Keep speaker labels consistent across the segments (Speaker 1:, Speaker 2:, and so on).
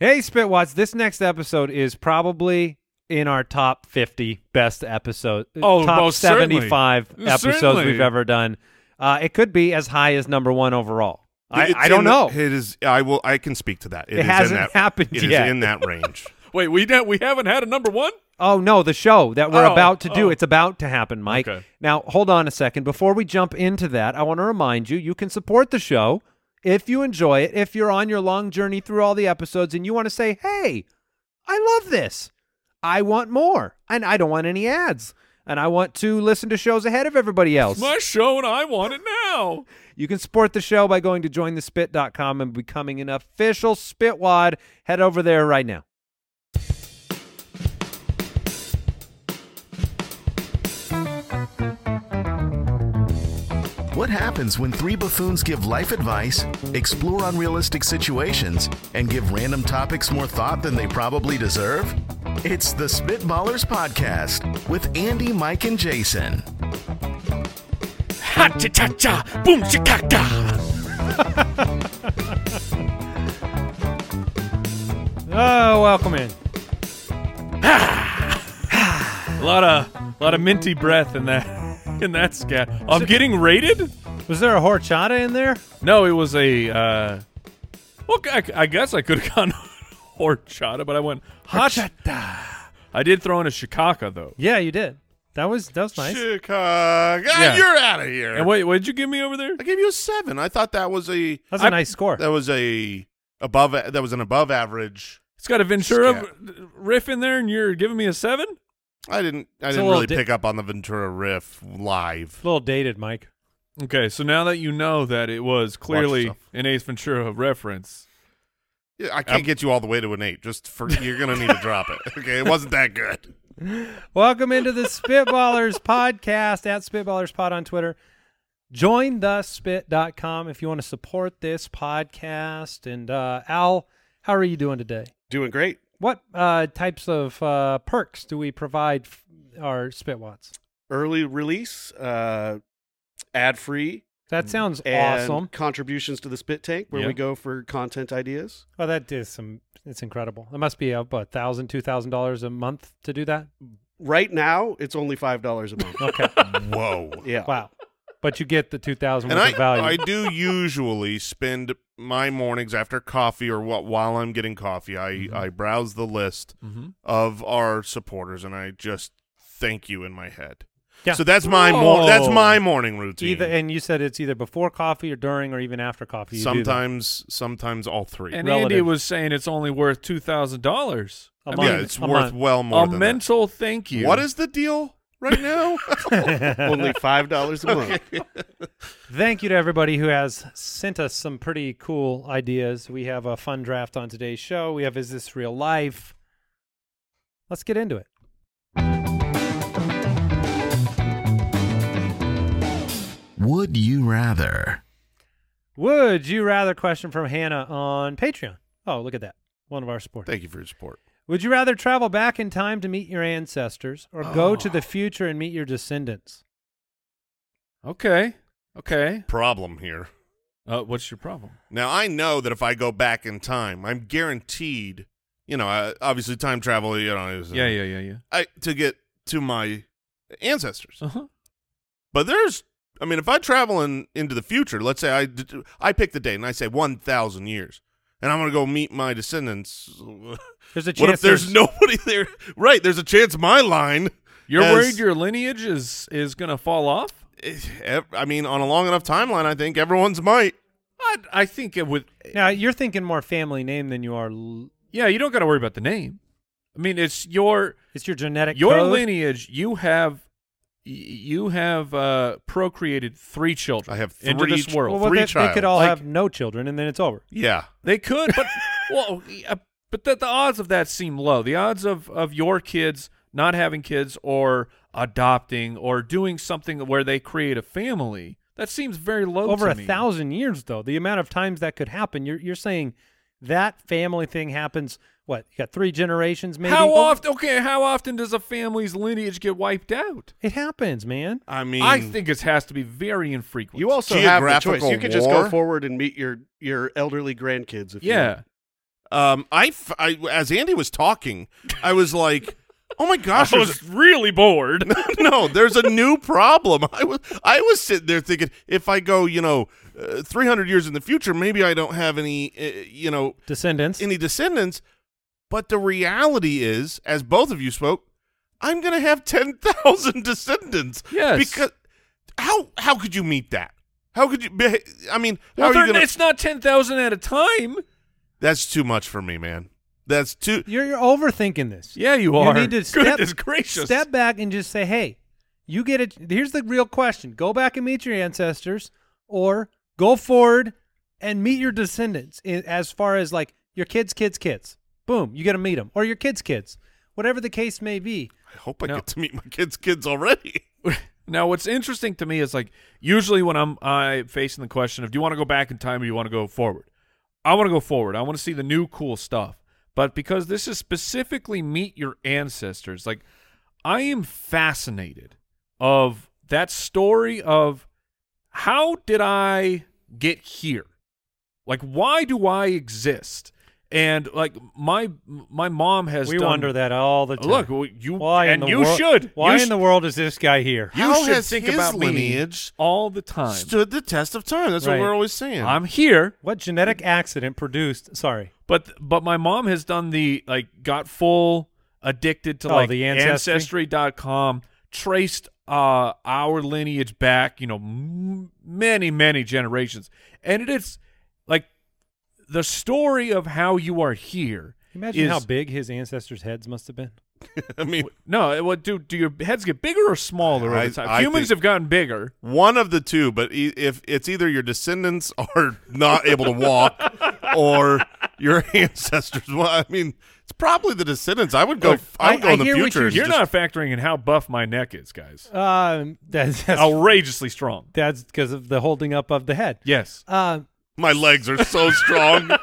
Speaker 1: Hey, Spitwatts, this next episode is probably in our top 50 best episodes.
Speaker 2: Oh,
Speaker 1: top
Speaker 2: most certainly.
Speaker 1: 75 episodes
Speaker 2: Certainly.
Speaker 1: we've ever done. Uh, it could be as high as number one overall. I,
Speaker 3: It's
Speaker 1: I don't
Speaker 3: in-
Speaker 1: know.
Speaker 3: It is. I will. I can speak to that.
Speaker 1: It
Speaker 3: is in
Speaker 1: hasn't
Speaker 3: that-
Speaker 1: happened
Speaker 3: It is
Speaker 1: yet.
Speaker 3: in that range.
Speaker 2: Wait, we ne- we haven't had a number one.
Speaker 1: Oh no, the show that we're
Speaker 2: Oh,
Speaker 1: about to do.
Speaker 2: oh.
Speaker 1: It's about to happen, Mike.
Speaker 2: Okay.
Speaker 1: Now, hold on a second. Before we jump into that, I want to remind you you can support the show if you enjoy it, if you're on your long journey through all the episodes and you want to say, "Hey, I love this. I want more. And I don't want any ads." And I want to listen to shows ahead of everybody else.
Speaker 2: My show, and I want it now.
Speaker 1: You can support the show by going to jointhespit.com and becoming an official Spitwad. Head over there right now.
Speaker 4: What happens when three buffoons give life advice, explore unrealistic situations, and give random topics more thought than they probably deserve? It's the Spitballers Podcast with Andy, Mike, and Jason.
Speaker 2: Ha cha cha cha, boom chikaka.
Speaker 1: Oh, welcome in.
Speaker 2: A lot of a lot of minty breath in that in that scat. I'm getting rated.
Speaker 1: Was there a horchata in there?
Speaker 2: No, it was a. Uh, well, I, I guess I could have gone horchata, but I went horchata. I did throw in a shikaka though.
Speaker 1: Yeah, you did. That was that was nice.
Speaker 3: Chicago, Ah,
Speaker 2: Yeah.
Speaker 3: you're out of here.
Speaker 2: And wait, what did you give me over there?
Speaker 3: I gave you a seven. I thought that was a
Speaker 1: That's
Speaker 2: I-
Speaker 1: a nice score.
Speaker 3: that was a above that was an above average.
Speaker 2: It's got a Ventura
Speaker 3: Scat.
Speaker 2: riff in there, and you're giving me a seven.
Speaker 3: I didn't.
Speaker 1: It's a
Speaker 3: I didn't
Speaker 1: little
Speaker 3: really
Speaker 1: di-
Speaker 3: pick up on the Ventura riff live.
Speaker 1: little dated, Mike.
Speaker 2: Okay, so now that you know that it was clearly
Speaker 3: yourself.
Speaker 2: an Ace Ventura reference,
Speaker 3: Yeah, I can't get you all the way to an eight. Just for you're gonna need to drop it. Okay, it wasn't that good.
Speaker 1: Welcome into the Spitballers podcast at SpitballersPod on Twitter. Join thespit.com if you want to support this podcast. And uh, Al, how are you doing today?
Speaker 5: Doing great.
Speaker 1: What uh, types of uh, perks do we provide f- our Spitwats?
Speaker 5: Early release, uh, ad free,
Speaker 1: That sounds
Speaker 5: and
Speaker 1: awesome.
Speaker 5: contributions to the Spit Tank, where
Speaker 2: Yeah.
Speaker 5: we go for content ideas.
Speaker 1: Oh, that is some. It's incredible. It must be up a thousand, two thousand dollars a month to do that.
Speaker 5: Right now, it's only five dollars a month.
Speaker 1: Okay,
Speaker 3: Whoa.
Speaker 5: yeah,
Speaker 1: wow. But you get the two thousand
Speaker 3: And
Speaker 1: worth
Speaker 3: I,
Speaker 1: of value.
Speaker 3: I do usually spend my mornings after coffee or what while I'm getting coffee, I,
Speaker 1: Mm-hmm.
Speaker 3: I browse the list of our supporters and I just thank you in my head.
Speaker 1: Yeah.
Speaker 3: So that's my mor- that's my morning routine.
Speaker 1: Either and you said it's either before coffee or during or even after coffee. You do that.
Speaker 3: sometimes sometimes all three.
Speaker 2: and Andy
Speaker 1: Relative.
Speaker 2: was saying it's only worth two thousand dollars.
Speaker 1: A
Speaker 2: I
Speaker 1: month.
Speaker 3: yeah,
Speaker 2: mean,
Speaker 3: it's
Speaker 1: I'm
Speaker 3: worth
Speaker 1: on-
Speaker 3: well more
Speaker 2: a
Speaker 3: than
Speaker 2: mental thank
Speaker 3: that.
Speaker 2: you.
Speaker 3: What is the deal right now?
Speaker 5: only five dollars a month.
Speaker 1: Thank you to everybody who has sent us some pretty cool ideas. We have a fun draft on today's show. We have Is This Real Life? Let's get into it.
Speaker 4: Would you rather?
Speaker 1: Would you rather question from Hannah on Patreon? Oh, look at that. One of our supporters.
Speaker 3: Thank you for your support.
Speaker 1: Would you rather travel back in time to meet your ancestors or go
Speaker 3: Ah.
Speaker 1: to the future and meet your descendants?
Speaker 2: Okay, okay.
Speaker 3: Problem here.
Speaker 2: Uh, what's your problem?
Speaker 3: Now I know that if I go back in time, I'm guaranteed, you know, uh, obviously time travel, you know, is uh,
Speaker 2: Yeah, yeah, yeah, yeah.
Speaker 3: I to get to my ancestors.
Speaker 2: Uh huh.
Speaker 3: But there's, I mean, if I travel in, into the future, let's say I d- I pick the date and I say one thousand years, and I'm gonna go meet my descendants.
Speaker 1: There's a chance
Speaker 3: What if there's nobody there? Right, there's a chance my line.
Speaker 2: You're
Speaker 3: has-
Speaker 2: worried your lineage is is gonna fall off.
Speaker 3: Ev- eh, I mean, on a long enough timeline, I think everyone's might.
Speaker 2: I I think it would.
Speaker 1: Now, you're thinking more family name than you are. L-
Speaker 2: Yeah, you don't got to worry about the name. I mean, it's your
Speaker 1: it's your genetic
Speaker 2: your
Speaker 1: code.
Speaker 2: lineage. You have y- you have uh, procreated three children.
Speaker 3: I have
Speaker 2: into
Speaker 3: three
Speaker 2: this
Speaker 3: ch-
Speaker 2: world.
Speaker 1: Well, well,
Speaker 3: Three
Speaker 1: they, they could
Speaker 3: child.
Speaker 1: all
Speaker 2: Like-
Speaker 1: have no children, and then it's over.
Speaker 3: Yeah,
Speaker 2: They could, but well, yeah, but the, the odds of that seem low. The odds of of your kids not having kids or adopting or doing something where they create a family that seems very low.
Speaker 1: Over
Speaker 2: to
Speaker 1: a
Speaker 2: me.
Speaker 1: thousand years, though, the amount of times that could happen, you're you're saying that family thing happens. What you got? Three generations, maybe.
Speaker 2: How
Speaker 1: Oh,
Speaker 2: often? Okay, how often does a family's lineage get wiped out?
Speaker 1: It happens, man.
Speaker 3: I mean,
Speaker 2: I think it has to be very infrequent.
Speaker 5: You also have the choice.
Speaker 3: Geographical
Speaker 5: You could just
Speaker 3: war?
Speaker 5: go forward and meet your your elderly grandkids. If
Speaker 2: yeah.
Speaker 5: You,
Speaker 3: Um, I, f- I- as Andy was talking, I was like, "Oh my gosh!"
Speaker 2: I
Speaker 3: there's
Speaker 2: was really bored.
Speaker 3: a- no, there's a new problem. I was I was sitting there thinking, if I go, you know, uh, 300 years in the future, maybe I don't have any, uh, you know,
Speaker 6: Descendants.
Speaker 3: any descendants. But the reality is, as both of you spoke, I'm going to have 10,000 descendants.
Speaker 2: Yes.
Speaker 3: Because how how could you meet that? How could you? be- I mean, how
Speaker 2: Well,
Speaker 3: are you
Speaker 2: they're-
Speaker 3: going
Speaker 2: it's not ten thousand at a time.
Speaker 3: That's too much for me, man. That's too.
Speaker 6: You're, you're overthinking this.
Speaker 2: Yeah, you
Speaker 6: You
Speaker 2: are.
Speaker 6: need to step,
Speaker 2: Goodness gracious.
Speaker 6: step back and just say, hey, you get it. Here's the real question go back and meet your ancestors, or go forward and meet your descendants i- as far as like your kids, kids, kids. Boom, you get to meet them, or your kids' kids, whatever the case may be.
Speaker 3: I hope I
Speaker 2: No.
Speaker 3: get to meet my kids' kids already.
Speaker 2: Now, what's interesting to me is like usually when I'm I facing the question of do you want to go back in time or you want to go forward, I want to go forward. I want to see the new cool stuff. But because this is specifically meet your ancestors, like I am fascinated of that story of how did I get here? Like why do I exist? And like my my mom has
Speaker 1: we
Speaker 2: done-
Speaker 1: wonder that all the time.
Speaker 2: Look, well, you
Speaker 1: why in
Speaker 2: and
Speaker 1: the
Speaker 2: you
Speaker 1: wor-
Speaker 2: should.
Speaker 1: Why
Speaker 2: You
Speaker 1: in
Speaker 2: sh-
Speaker 1: the world is this guy here?
Speaker 3: You
Speaker 2: How
Speaker 3: should
Speaker 2: has
Speaker 3: think
Speaker 2: his
Speaker 3: about me
Speaker 2: lineage all the time.
Speaker 3: Stood the test of time. That's
Speaker 1: Right.
Speaker 3: what we're always saying.
Speaker 2: I'm here,
Speaker 1: What genetic accident produced? Sorry,
Speaker 2: but but my mom has done the like got full addicted to
Speaker 1: Oh,
Speaker 2: like
Speaker 1: the
Speaker 2: ancestry
Speaker 1: ancestry?
Speaker 2: ancestry.com traced uh our lineage back, you know, m- many many generations. And it is like the story of how you are here.
Speaker 1: imagine
Speaker 2: is-
Speaker 1: how big his ancestors' heads must have been.
Speaker 3: I mean,
Speaker 2: No, what do do your heads get bigger or smaller
Speaker 3: I-
Speaker 2: over time?
Speaker 3: I
Speaker 2: Humans
Speaker 3: think-
Speaker 2: have gotten bigger.
Speaker 3: one of the two. But e- if it's either your descendants are not able to walk, or your ancestors. Well, I mean, it's probably the descendants. I would go.
Speaker 6: Look,
Speaker 3: I would
Speaker 6: I-
Speaker 3: go
Speaker 6: I
Speaker 3: in the
Speaker 6: hear what
Speaker 3: future.
Speaker 6: you're-
Speaker 3: and
Speaker 2: You're not
Speaker 3: just-
Speaker 2: factoring in how buff my neck is, guys.
Speaker 1: Um, that's that's,
Speaker 2: Outrageously strong.
Speaker 1: that's because of the holding up of the head.
Speaker 2: Yes.
Speaker 6: Uh,
Speaker 3: My legs are so strong.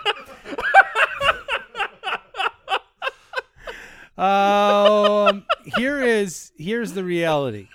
Speaker 6: um, here is here's the reality.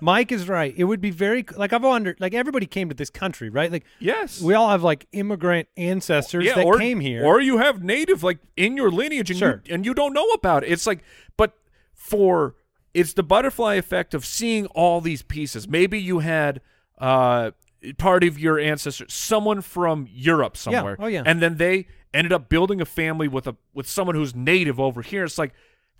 Speaker 6: Mike is right. It would be very like I've wondered. Like everybody came to this country, right? Like
Speaker 2: Yes.
Speaker 6: we all have like immigrant ancestors that
Speaker 2: or,
Speaker 6: came here.
Speaker 2: Or you have native like in your lineage and
Speaker 6: Sure.
Speaker 2: you and you don't know about it. It's like but for it's the butterfly effect of seeing all these pieces. Maybe you had uh part of your ancestor someone from Europe somewhere.
Speaker 6: Oh, yeah.
Speaker 2: And then they ended up building a family with a with someone who's native over here. It's like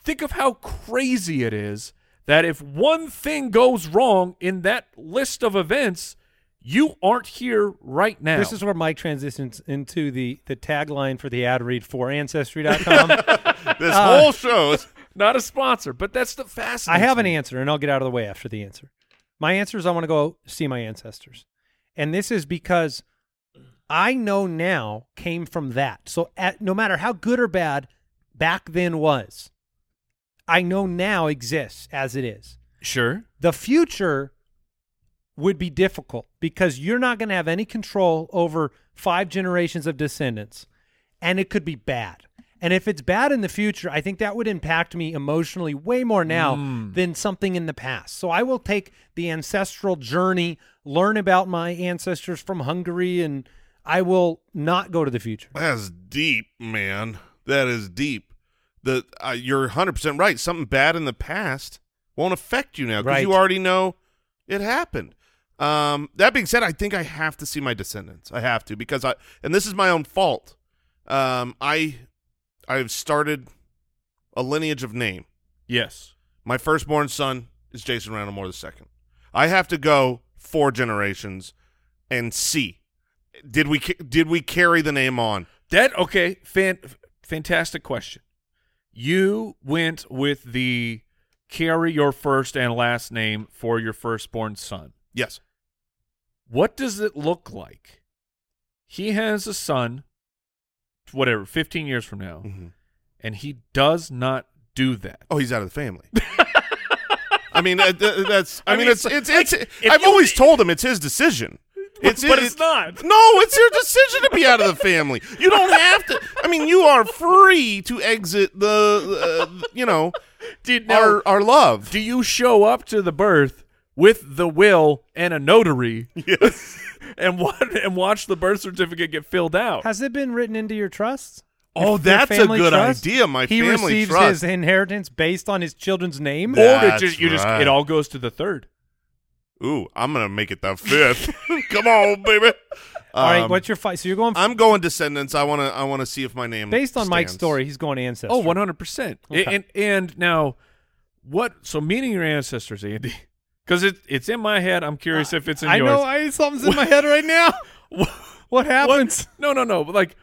Speaker 2: think of how crazy it is that if one thing goes wrong in that list of events, you aren't here right now.
Speaker 1: This is where Mike transitions into the the tagline for the ad read for ancestry.com.
Speaker 3: this whole show. Is,
Speaker 2: Not a sponsor, but that's the fascinating.
Speaker 1: I have an answer, and I'll get out of the way after the answer. My answer is I want to go see my ancestors, and this is because
Speaker 6: I know now came from that. So at, no matter how good or bad back then was, I know now exists as it is.
Speaker 2: Sure.
Speaker 6: The future would be difficult because you're not going to have any control over five generations of descendants, and it could be bad. And if it's bad in the future, I think that would impact me emotionally way more now than something in the past. So I will take the ancestral journey, learn about my ancestors from Hungary, and I will not go to the future.
Speaker 3: that's deep, man. That is deep. The uh, you're 100 percent right. Something bad in the past won't affect you now because
Speaker 6: Right.
Speaker 3: you already know it happened. Um, that being said, I think I have to see my descendants. I have to because I and this is my own fault. Um, I I've started a lineage of name.
Speaker 2: Yes.
Speaker 3: My firstborn son is Jason Randall Moore II. I have to go four generations and see did we ca- did we carry the name on?
Speaker 2: That okay. Fan, fantastic question. You went with the carry your first and last name for your firstborn son.
Speaker 3: Yes.
Speaker 2: What does it look like? He has a son, whatever, 15 years from now,
Speaker 1: Mm-hmm.
Speaker 3: Mm-hmm.
Speaker 2: and he does not do that.
Speaker 3: Oh, he's out of the family. I mean, uh, th- that's. I,
Speaker 2: I
Speaker 3: mean,
Speaker 2: mean,
Speaker 3: it's it's
Speaker 2: like,
Speaker 3: it's.
Speaker 2: if
Speaker 3: I've
Speaker 2: you-
Speaker 3: always told him it's his decision. It's
Speaker 2: but
Speaker 3: it-
Speaker 2: it's not.
Speaker 3: No, it's your decision to be out of the family. You don't have to. I mean, you are free to exit the. Uh, you know,
Speaker 2: Did
Speaker 3: our our love.
Speaker 2: do you show up to the birth with the will and a notary? Yes. and what and watch the birth certificate get filled out?
Speaker 6: Has it been written into your trusts?
Speaker 3: Oh,
Speaker 1: If your
Speaker 3: that's a
Speaker 1: family
Speaker 3: good
Speaker 1: trust,
Speaker 3: idea. My
Speaker 1: he
Speaker 3: family
Speaker 1: receives his
Speaker 3: trust.
Speaker 1: inheritance based on his children's name.
Speaker 3: Yeah.
Speaker 2: or it
Speaker 3: That's
Speaker 2: just, you just
Speaker 3: right.
Speaker 2: it all goes to the third.
Speaker 3: Ooh, I'm gonna make it the fifth. Come on, baby.
Speaker 1: All right,
Speaker 3: Um,
Speaker 1: what's your fight? So you're going
Speaker 3: I'm going Descendants. I wanna. I wanna see if my name
Speaker 1: based on Mike's
Speaker 3: stands.
Speaker 1: story. He's going ancestry.
Speaker 2: Oh, 100 percent.
Speaker 1: Okay.
Speaker 2: And and now, what? So meeting your ancestors, Andy, because it it's in my head. I'm curious if it's in
Speaker 1: Uh, I
Speaker 2: yours.
Speaker 1: know. I something's in my head right now. What happens?
Speaker 2: no, no, no. But like,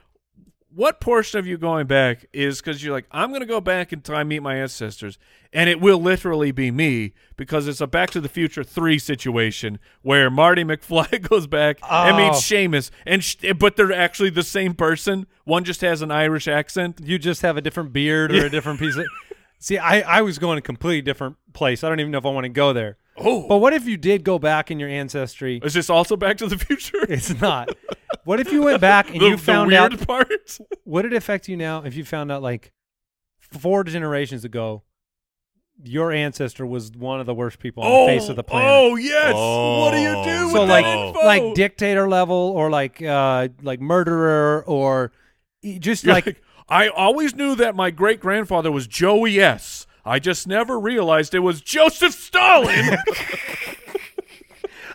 Speaker 2: what portion of you going back is because you're like, I'm gonna go back and try meet my ancestors, and it will literally be me because it's a Back to the Future three situation where Marty McFly goes back and
Speaker 1: Oh.
Speaker 2: meets Seamus, and sh- but they're actually the same person. One just has an Irish accent.
Speaker 1: You just have a different beard or a different piece of. See, I, I was going a completely different place. I don't even know if I want to go there.
Speaker 2: Oh.
Speaker 1: But what if you did go back in your ancestry?
Speaker 2: Is this also Back to the Future?
Speaker 1: It's not. what if you went back and
Speaker 2: the,
Speaker 1: you found
Speaker 2: the
Speaker 1: out?
Speaker 2: weird part.
Speaker 1: Would it affect you now if you found out like four generations ago, your ancestor was one of the worst people on the face of the planet?
Speaker 2: Oh yes. what do you do?
Speaker 3: Oh,
Speaker 2: With
Speaker 1: so
Speaker 2: that
Speaker 1: like
Speaker 2: info?
Speaker 1: like dictator level or like uh like murderer or e- just
Speaker 2: You're
Speaker 1: like,
Speaker 2: like, I always knew that my great grandfather was Joey S. I just never realized it was Joseph Stalin.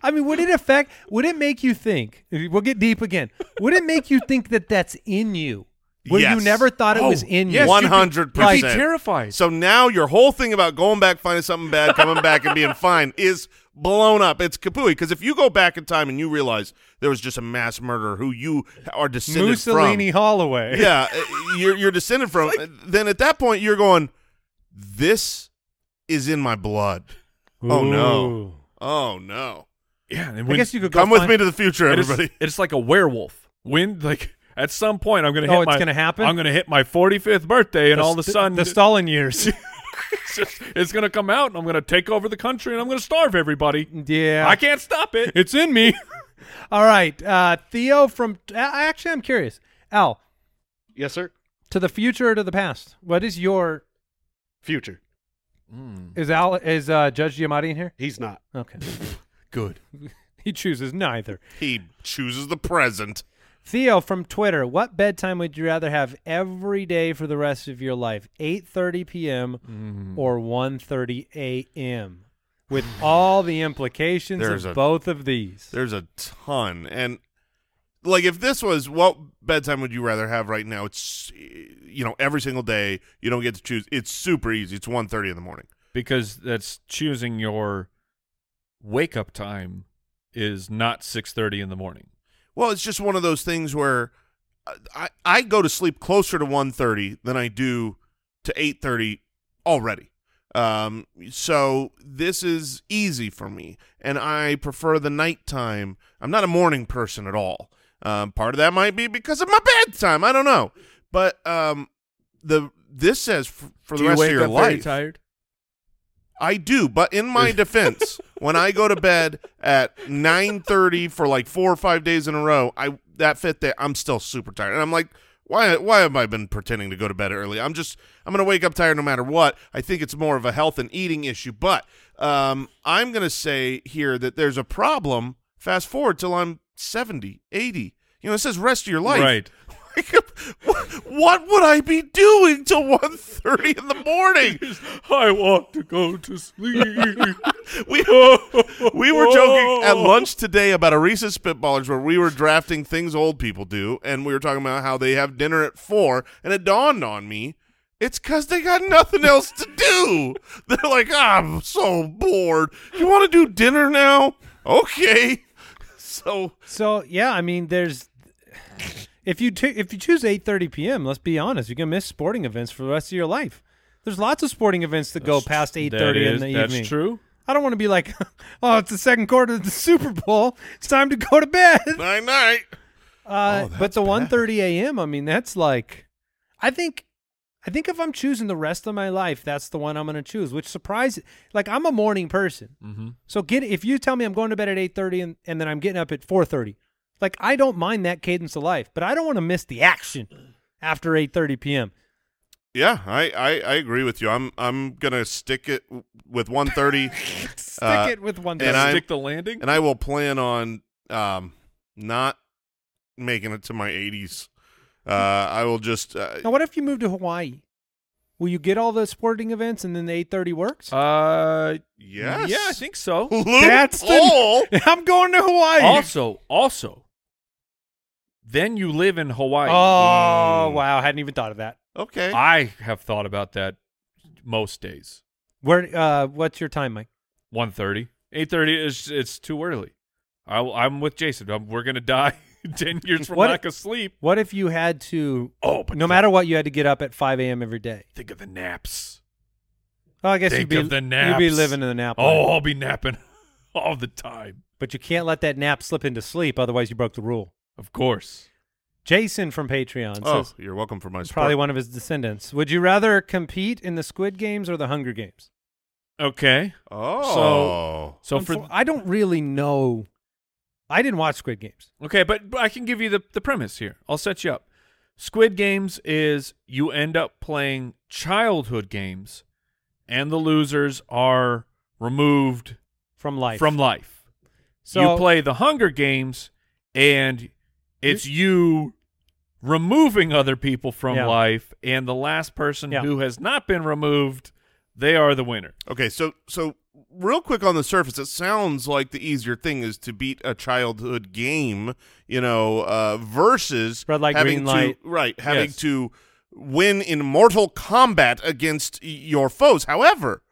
Speaker 1: I mean would it affect would it make you think we'll get deep again would it make you think that that's in you where you
Speaker 3: Yes.
Speaker 1: never thought it
Speaker 2: Oh,
Speaker 1: was in
Speaker 2: yes,
Speaker 1: you
Speaker 2: you'd
Speaker 3: One
Speaker 2: be-
Speaker 3: hundred
Speaker 2: You'd be
Speaker 3: percent
Speaker 2: terrified.
Speaker 3: So now your whole thing about going back, finding something bad, coming back and being fine is blown up. It's kapooey. Because if you go back in time and you realize there was just a mass murderer who you are descended
Speaker 1: Mussolini Holloway
Speaker 3: from, yeah, uh, you're you're descended from, then at that point you're going, this is in my blood. Oh no!
Speaker 1: Ooh.
Speaker 3: Oh no!
Speaker 2: yeah, and
Speaker 1: I
Speaker 2: when-
Speaker 1: guess you could go
Speaker 3: Come with
Speaker 1: find-
Speaker 3: me to the future,
Speaker 2: it is-
Speaker 3: everybody.
Speaker 2: It's like a werewolf. When like at some point I'm gonna hit
Speaker 1: Oh, it's
Speaker 2: my-
Speaker 1: gonna happen?
Speaker 2: I'm gonna hit my 45th birthday, and all of a
Speaker 1: st-
Speaker 2: sudden
Speaker 1: the Stalin years
Speaker 2: it's, just- it's gonna come out, and I'm gonna take over the country, and I'm gonna starve everybody.
Speaker 1: yeah
Speaker 2: I can't stop it.
Speaker 1: It's in me. All right, uh, Theo from. Uh, actually, I'm curious. Al,
Speaker 5: Yes, sir.
Speaker 1: to the future or to the past? What is your
Speaker 5: Future.
Speaker 1: is Al is uh, Judge Giamatti in here?
Speaker 5: He's not.
Speaker 1: Okay,
Speaker 2: Good.
Speaker 1: he chooses neither.
Speaker 3: he chooses the present.
Speaker 1: Theo from Twitter. What bedtime would you rather have every day for the rest of your life? 8:30 p.m.
Speaker 3: Mm-hmm.
Speaker 1: or 1:30 a.m. With all the implications
Speaker 3: There's
Speaker 1: of
Speaker 3: a-
Speaker 1: both of these.
Speaker 3: There's a ton, and like if this was what bedtime would you rather have right now? It's you know every single day you don't get to choose. It's super easy. It's 1.30 in the morning.
Speaker 2: because that's choosing your wake up time is not 6:30 in the morning.
Speaker 3: Well, it's just one of those things where uh, I I go to sleep closer to 1.30 than I do to eight thirty already. Um, so this is easy for me, and I prefer the nighttime. I'm not a morning person at all. Um, part of that might be because of my bedtime. I don't know, but um, the this says f- for the rest of your life.
Speaker 2: tired?
Speaker 3: I do, but in my defense, when I go to bed at nine thirty for like four or five days in a row, I that fifth day I'm still super tired, and I'm like, why? Why have I been pretending to go to bed early? I'm just I'm gonna wake up tired no matter what. I think it's more of a health and eating issue, but um, I'm gonna say here that there's a problem. Fast forward till I'm 70, 80. You know, it says rest of your life.
Speaker 2: Right.
Speaker 3: what would I be doing till 1.30 in the morning?
Speaker 2: I want to go to sleep.
Speaker 3: We, we were joking at lunch today about a Reese's Spitballers where we were drafting things old people do, and we were talking about how they have dinner at four, and it dawned on me. It's because they got nothing else to do. They're like, "Ah, I'm so bored. You want to do dinner now? Okay. So,
Speaker 1: So yeah, I mean, there's if you t- if you choose 8:30 p.m. Let's be honest, you're gonna miss sporting events for the rest of your life. There's lots of sporting events that go past 8:30 in the
Speaker 2: that's
Speaker 1: evening.
Speaker 2: true.
Speaker 1: I don't want to be like, oh, it's the second quarter of the Super Bowl. It's time to go to bed.
Speaker 3: night night.
Speaker 2: oh,
Speaker 1: Uh, but the 1:30 a.m. I mean, that's like, I think. I think if I'm choosing the rest of my life, that's the one I'm going to choose. Which surprise, like I'm a morning person, so get if you tell me I'm going to bed at 8:30 and, and then I'm getting up at 4:30, like I don't mind that cadence of life, but I don't want to miss the action after 8:30 p.m.
Speaker 3: Yeah, I, I, I agree with you. I'm I'm gonna stick it w- with 1.30,
Speaker 1: Stick
Speaker 3: Uh,
Speaker 1: it with one. thing.
Speaker 3: and I-
Speaker 2: Stick the landing.
Speaker 3: and I will plan on um not making it to my 80s. Uh, I will just. Uh,
Speaker 1: Now, what if you move to Hawaii? Will you get all the sporting events and then the 8:30 works?
Speaker 2: Uh,
Speaker 3: yes.
Speaker 2: yeah, I think so.
Speaker 1: That's the-
Speaker 3: Loophole?
Speaker 1: I'm going to Hawaii.
Speaker 2: also, also, then you live in Hawaii. Mm.
Speaker 1: Oh, wow. I hadn't even thought of that.
Speaker 3: Okay.
Speaker 2: I have thought about that most days.
Speaker 1: Where uh what's your time, Mike?
Speaker 2: 1.30. 8.30 is it's too early. I, am with Jason. I'm- we're gonna die ten years from
Speaker 1: What-
Speaker 2: lack of sleep.
Speaker 1: What if you had to
Speaker 2: Oh, but
Speaker 1: no
Speaker 2: th-
Speaker 1: matter what you had to get up at 5 a.m. every day?
Speaker 2: think of the naps.
Speaker 1: Well, I guess
Speaker 2: Think
Speaker 1: you'd be
Speaker 2: of the
Speaker 1: you'd be
Speaker 2: naps.
Speaker 1: living in the nap.
Speaker 2: Oh,
Speaker 1: life.
Speaker 2: I'll be napping all the time.
Speaker 1: but you can't let that nap slip into sleep otherwise you broke the rule.
Speaker 2: Of course.
Speaker 1: Jason from Patreon
Speaker 3: oh,
Speaker 1: says
Speaker 3: you're welcome for my support.
Speaker 1: probably one of his descendants. Would you rather compete in the Squid Games or the Hunger Games?
Speaker 2: Okay.
Speaker 3: Oh.
Speaker 2: So for
Speaker 1: Unfor- I don't really know. I didn't watch Squid Games.
Speaker 2: Okay, but, but I can give you the, the premise here. I'll set you up. Squid Games is you end up playing childhood games, and the losers are removed
Speaker 1: From life.
Speaker 2: from life.
Speaker 1: So
Speaker 2: you play the Hunger Games, and it's you removing other people from
Speaker 1: Yeah.
Speaker 2: life, and the last person
Speaker 1: Yeah.
Speaker 2: who has not been removed, they are the winner.
Speaker 3: Okay. So so real quick on the surface, it sounds like the easier thing is to beat a childhood game, you know, uh, versus
Speaker 1: Red light,
Speaker 3: having
Speaker 1: green
Speaker 3: to,
Speaker 1: light.
Speaker 3: right having
Speaker 2: Yes.
Speaker 3: to win in mortal combat against y- your foes. However,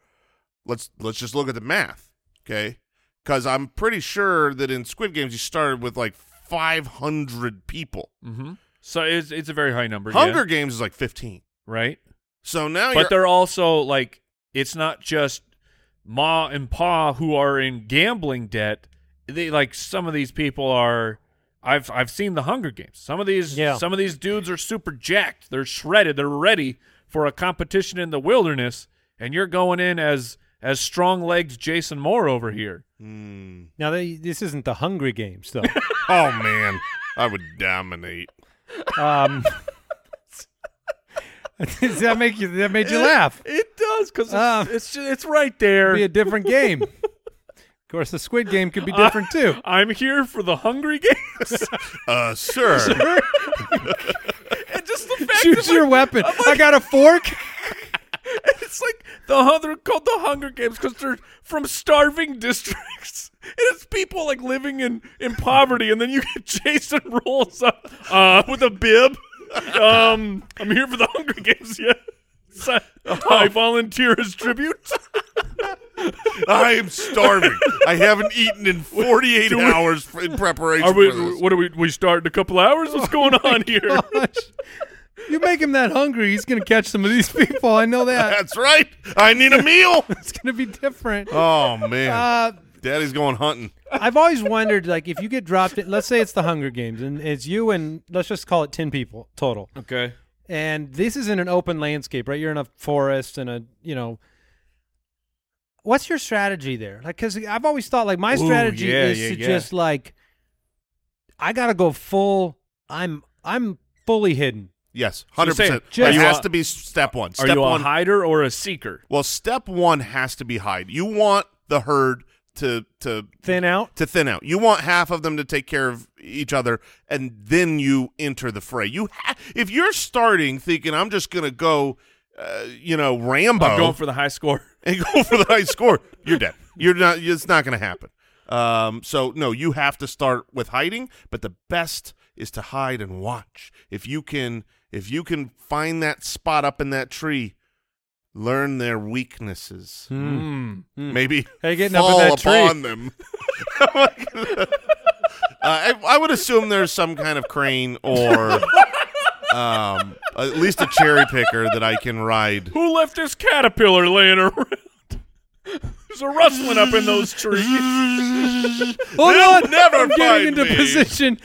Speaker 3: let's let's just look at the math, okay? Because I'm pretty sure that in Squid Games you started with like 500 people.
Speaker 2: Mm-hmm. So it's it's a very high number. yeah,
Speaker 3: Hunger Games is like 15.
Speaker 2: right?
Speaker 3: So now
Speaker 1: Oh,
Speaker 3: you're
Speaker 2: but they're also like it's not just ma and pa who are in gambling debt they like some of these people are i've i've seen the hunger games some of these
Speaker 1: Yeah.
Speaker 2: some of these dudes are super jacked they're shredded they're ready for a competition in the wilderness and you're going in as as strong-legged jason moore over here
Speaker 3: Hmm.
Speaker 1: now they, this isn't the Hungry Games though.
Speaker 3: Oh man, I would dominate.
Speaker 1: Um, does that make you? That made you laugh.
Speaker 2: it does because
Speaker 1: Ah.
Speaker 2: it's, it's it's right there
Speaker 1: It'd be a different game. Of course, the Squid Game could be different too.
Speaker 2: i'm here for the hungry games
Speaker 3: Uh, sir.
Speaker 2: and just the fact
Speaker 1: Choose
Speaker 2: that, like,
Speaker 1: your weapon. I got a fork.
Speaker 2: It's like the hun- they're called the Hunger Games because they're from starving districts. And it's people like living in, in poverty, and then you get Jason rolls up uh, with a bib. Um, I'm here for the Hunger Games. Yeah, So,
Speaker 3: Oh.
Speaker 2: I volunteer as tribute.
Speaker 3: I am starving. I haven't eaten in 48
Speaker 2: Do we-
Speaker 3: hours for, in preparation
Speaker 2: Are we?
Speaker 3: for this.
Speaker 2: What are we? We start in a couple hours.
Speaker 3: Oh
Speaker 2: What's going on here?
Speaker 1: Gosh. You make him that hungry, he's gonna catch some of these people. I know that.
Speaker 3: That's right. I need a meal.
Speaker 1: It's gonna be different.
Speaker 3: Oh man,
Speaker 1: Uh,
Speaker 3: Daddy's going hunting.
Speaker 1: I've always wondered, like, if you get dropped, in, let's say it's the Hunger Games, and it's you and let's just call it ten people total.
Speaker 2: Okay.
Speaker 1: and this is in an open landscape, right? You're in a forest and a, you know, what's your strategy there? Like, because I've always thought like my
Speaker 2: Ooh,
Speaker 1: strategy
Speaker 2: yeah,
Speaker 1: is
Speaker 2: yeah,
Speaker 1: to
Speaker 2: yeah.
Speaker 1: just like, I gotta go full. I'm I'm fully hidden.
Speaker 3: Yes, 100.
Speaker 2: say,
Speaker 3: percent
Speaker 1: just-
Speaker 3: It
Speaker 1: Are you
Speaker 3: has
Speaker 2: a-
Speaker 3: to be s- step one.
Speaker 2: Are
Speaker 3: Step
Speaker 2: you a
Speaker 3: one.
Speaker 2: hider or a seeker?
Speaker 3: well, step one has to be hide. You want the herd to to
Speaker 1: Thin out.
Speaker 3: to thin out. You want half of them to take care of each other, and then you enter the fray. You ha- if you're starting thinking I'm just gonna go, uh, you know, Rambo
Speaker 2: I'm going for the high score.
Speaker 3: and go for the high score, you're dead. You're not. It's not gonna happen. Um, so no, you have to start with hiding. But the best is to hide and watch. If you can, if you can find that spot up in that tree, learn their weaknesses.
Speaker 2: Mm.
Speaker 3: Maybe
Speaker 1: Hmm. Hey, getting up in
Speaker 3: fall
Speaker 1: that tree.
Speaker 3: upon them. Uh, I, I would assume there's some kind of crane or um, at least a cherry picker that I can ride.
Speaker 2: Who left this caterpillar laying around? There's a rustling up in those trees.
Speaker 1: Hold
Speaker 3: They'll
Speaker 1: on,
Speaker 3: never
Speaker 1: Oh, I'm
Speaker 3: find
Speaker 1: getting into
Speaker 3: me.
Speaker 1: position.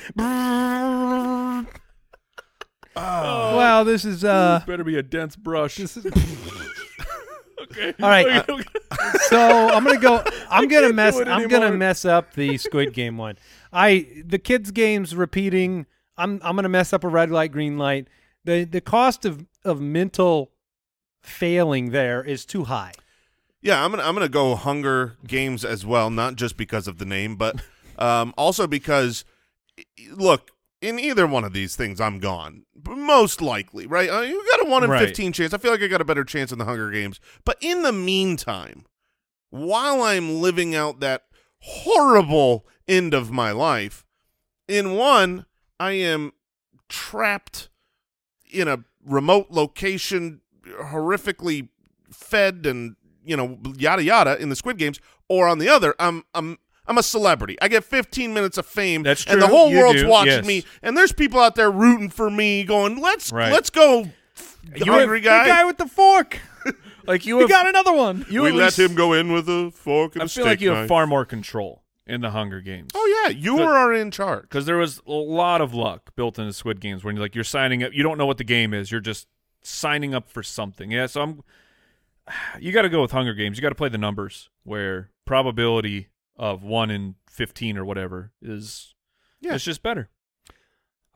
Speaker 1: Wow, this is uh.
Speaker 2: Better be a dense brush. okay.
Speaker 1: All right, uh,
Speaker 2: Okay.
Speaker 1: so I'm gonna go. I'm gonna mess.
Speaker 2: it
Speaker 1: I'm gonna
Speaker 2: anymore.
Speaker 1: mess up the Squid Game one. I the kids games repeating. I'm I'm gonna mess up a red light, green light. The the cost of of mental failing there is too high.
Speaker 3: Yeah, I'm gonna I'm gonna go Hunger Games as well, not just because of the name, but um, also because, i- look, in either one of these things, I'm gone. B- Most likely, right? Uh, you got a one in
Speaker 2: Right.
Speaker 3: fifteen chance. I feel like I got a better chance in the Hunger Games. But in the meantime, while I'm living out that horrible end of my life, in one, I am trapped in a remote location, horrifically fed and you know yada yada in the Squid Games, or on the other, I'm I'm I'm a celebrity. I get 15 minutes of fame,
Speaker 2: That's
Speaker 3: and the
Speaker 2: true.
Speaker 3: whole
Speaker 2: You
Speaker 3: world's
Speaker 2: do,
Speaker 3: watching
Speaker 2: yes.
Speaker 3: me. And there's people out there rooting for me, going, "Let's
Speaker 2: Right.
Speaker 3: let's go,
Speaker 2: You have-
Speaker 3: hungry
Speaker 2: the
Speaker 3: guy."
Speaker 1: The guy with the fork.
Speaker 2: Like you
Speaker 1: He
Speaker 2: have,
Speaker 1: got another one.
Speaker 2: you
Speaker 3: we
Speaker 2: at
Speaker 3: let
Speaker 2: least-
Speaker 3: him go in with a fork and
Speaker 2: I
Speaker 3: a
Speaker 2: feel
Speaker 3: steak
Speaker 2: like you have
Speaker 3: knife.
Speaker 2: far more control in the Hunger Games.
Speaker 3: Oh yeah, you
Speaker 2: But-
Speaker 3: are in charge.
Speaker 2: because there was a lot of luck built into Squid Games when you're like you're signing up. You don't know what the game is. You're just signing up for something. Yeah, so I'm. You got to go with Hunger Games. You got to play the numbers where probability of one in fifteen or whatever is.
Speaker 3: Yeah.
Speaker 2: it's just better.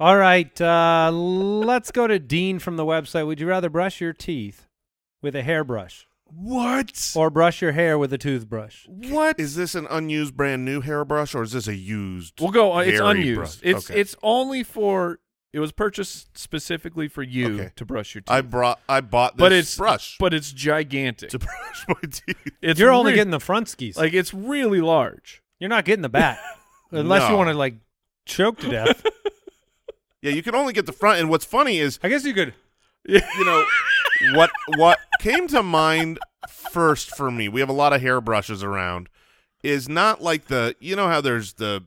Speaker 1: All right, uh, let's go to Dean from the website. Would you rather brush your teeth with a hairbrush
Speaker 2: What?
Speaker 1: or brush your hair with a toothbrush?
Speaker 2: What?
Speaker 3: Is this an unused brand new hairbrush or is this a used?
Speaker 2: We'll go. uh, It's
Speaker 3: hairy
Speaker 2: unused.
Speaker 3: brush?
Speaker 2: It's
Speaker 3: Okay.
Speaker 2: it's only for. It was purchased specifically for you
Speaker 3: Okay.
Speaker 2: to brush your teeth.
Speaker 3: I brought. I bought this
Speaker 2: but it's
Speaker 3: brush
Speaker 2: But it's gigantic.
Speaker 3: to brush my teeth.
Speaker 2: It's
Speaker 1: You're only
Speaker 2: re-
Speaker 1: getting the front skis.
Speaker 2: like it's really large.
Speaker 1: You're not getting the back unless you
Speaker 3: No.
Speaker 1: want to like choke to death.
Speaker 3: Yeah, you can only get the front. And what's funny is
Speaker 1: I guess you could.
Speaker 3: you know what what came to mind first for me we have a lot of hair brushes around is not like the you know how there's the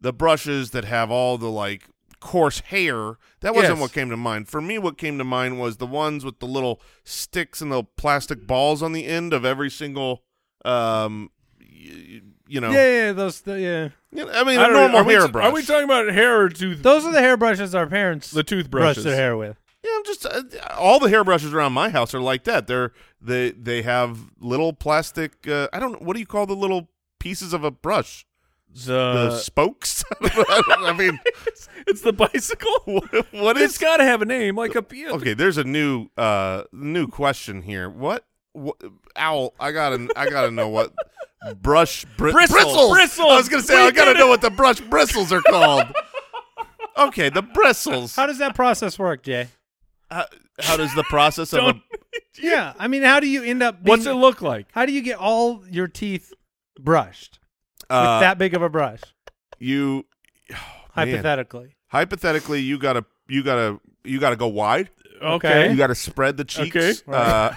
Speaker 3: the brushes that have all the like coarse hair that wasn't
Speaker 2: Yes.
Speaker 3: what came to mind for me what came to mind was the ones with the little sticks and the plastic balls on the end of every single um y- you know
Speaker 1: Yeah, yeah, those. The, yeah,
Speaker 3: You know, i mean
Speaker 2: I
Speaker 3: a
Speaker 2: don't know,
Speaker 3: normal
Speaker 2: are we-
Speaker 3: hair brush
Speaker 2: Are we talking about hair or tooth?
Speaker 1: those are the hairbrushes our parents
Speaker 2: the toothbrushes.
Speaker 1: brush their hair with.
Speaker 3: Yeah, I'm just uh, all the hairbrushes around my house are like that. They're they they have little plastic. Uh, I don't. What do you call the little pieces of a brush? The
Speaker 2: The,
Speaker 3: spokes. I mean,
Speaker 2: uh, it's the bicycle.
Speaker 3: what
Speaker 2: it's
Speaker 3: is?
Speaker 2: got to have a name, like a
Speaker 3: Okay, there's a new uh new question here. What? what owl. I gotta I gotta know what brush bri-
Speaker 2: Bristles, bristles.
Speaker 3: I was gonna say
Speaker 2: We
Speaker 3: I gotta
Speaker 2: did
Speaker 3: know
Speaker 2: it.
Speaker 3: what the brush bristles are called. okay, the bristles.
Speaker 1: How does that process work, Jay?
Speaker 3: How, how does the process of a
Speaker 2: Don't-
Speaker 1: Yeah, I mean, how do you end up? Being,
Speaker 2: What's it look like?
Speaker 1: How do you get all your teeth brushed with
Speaker 3: uh,
Speaker 1: that big of a brush?
Speaker 3: you oh, man.
Speaker 1: Hypothetically,
Speaker 3: hypothetically you gotta you gotta you gotta go wide
Speaker 1: Okay.
Speaker 3: you gotta spread the cheeks
Speaker 2: Okay.
Speaker 3: uh,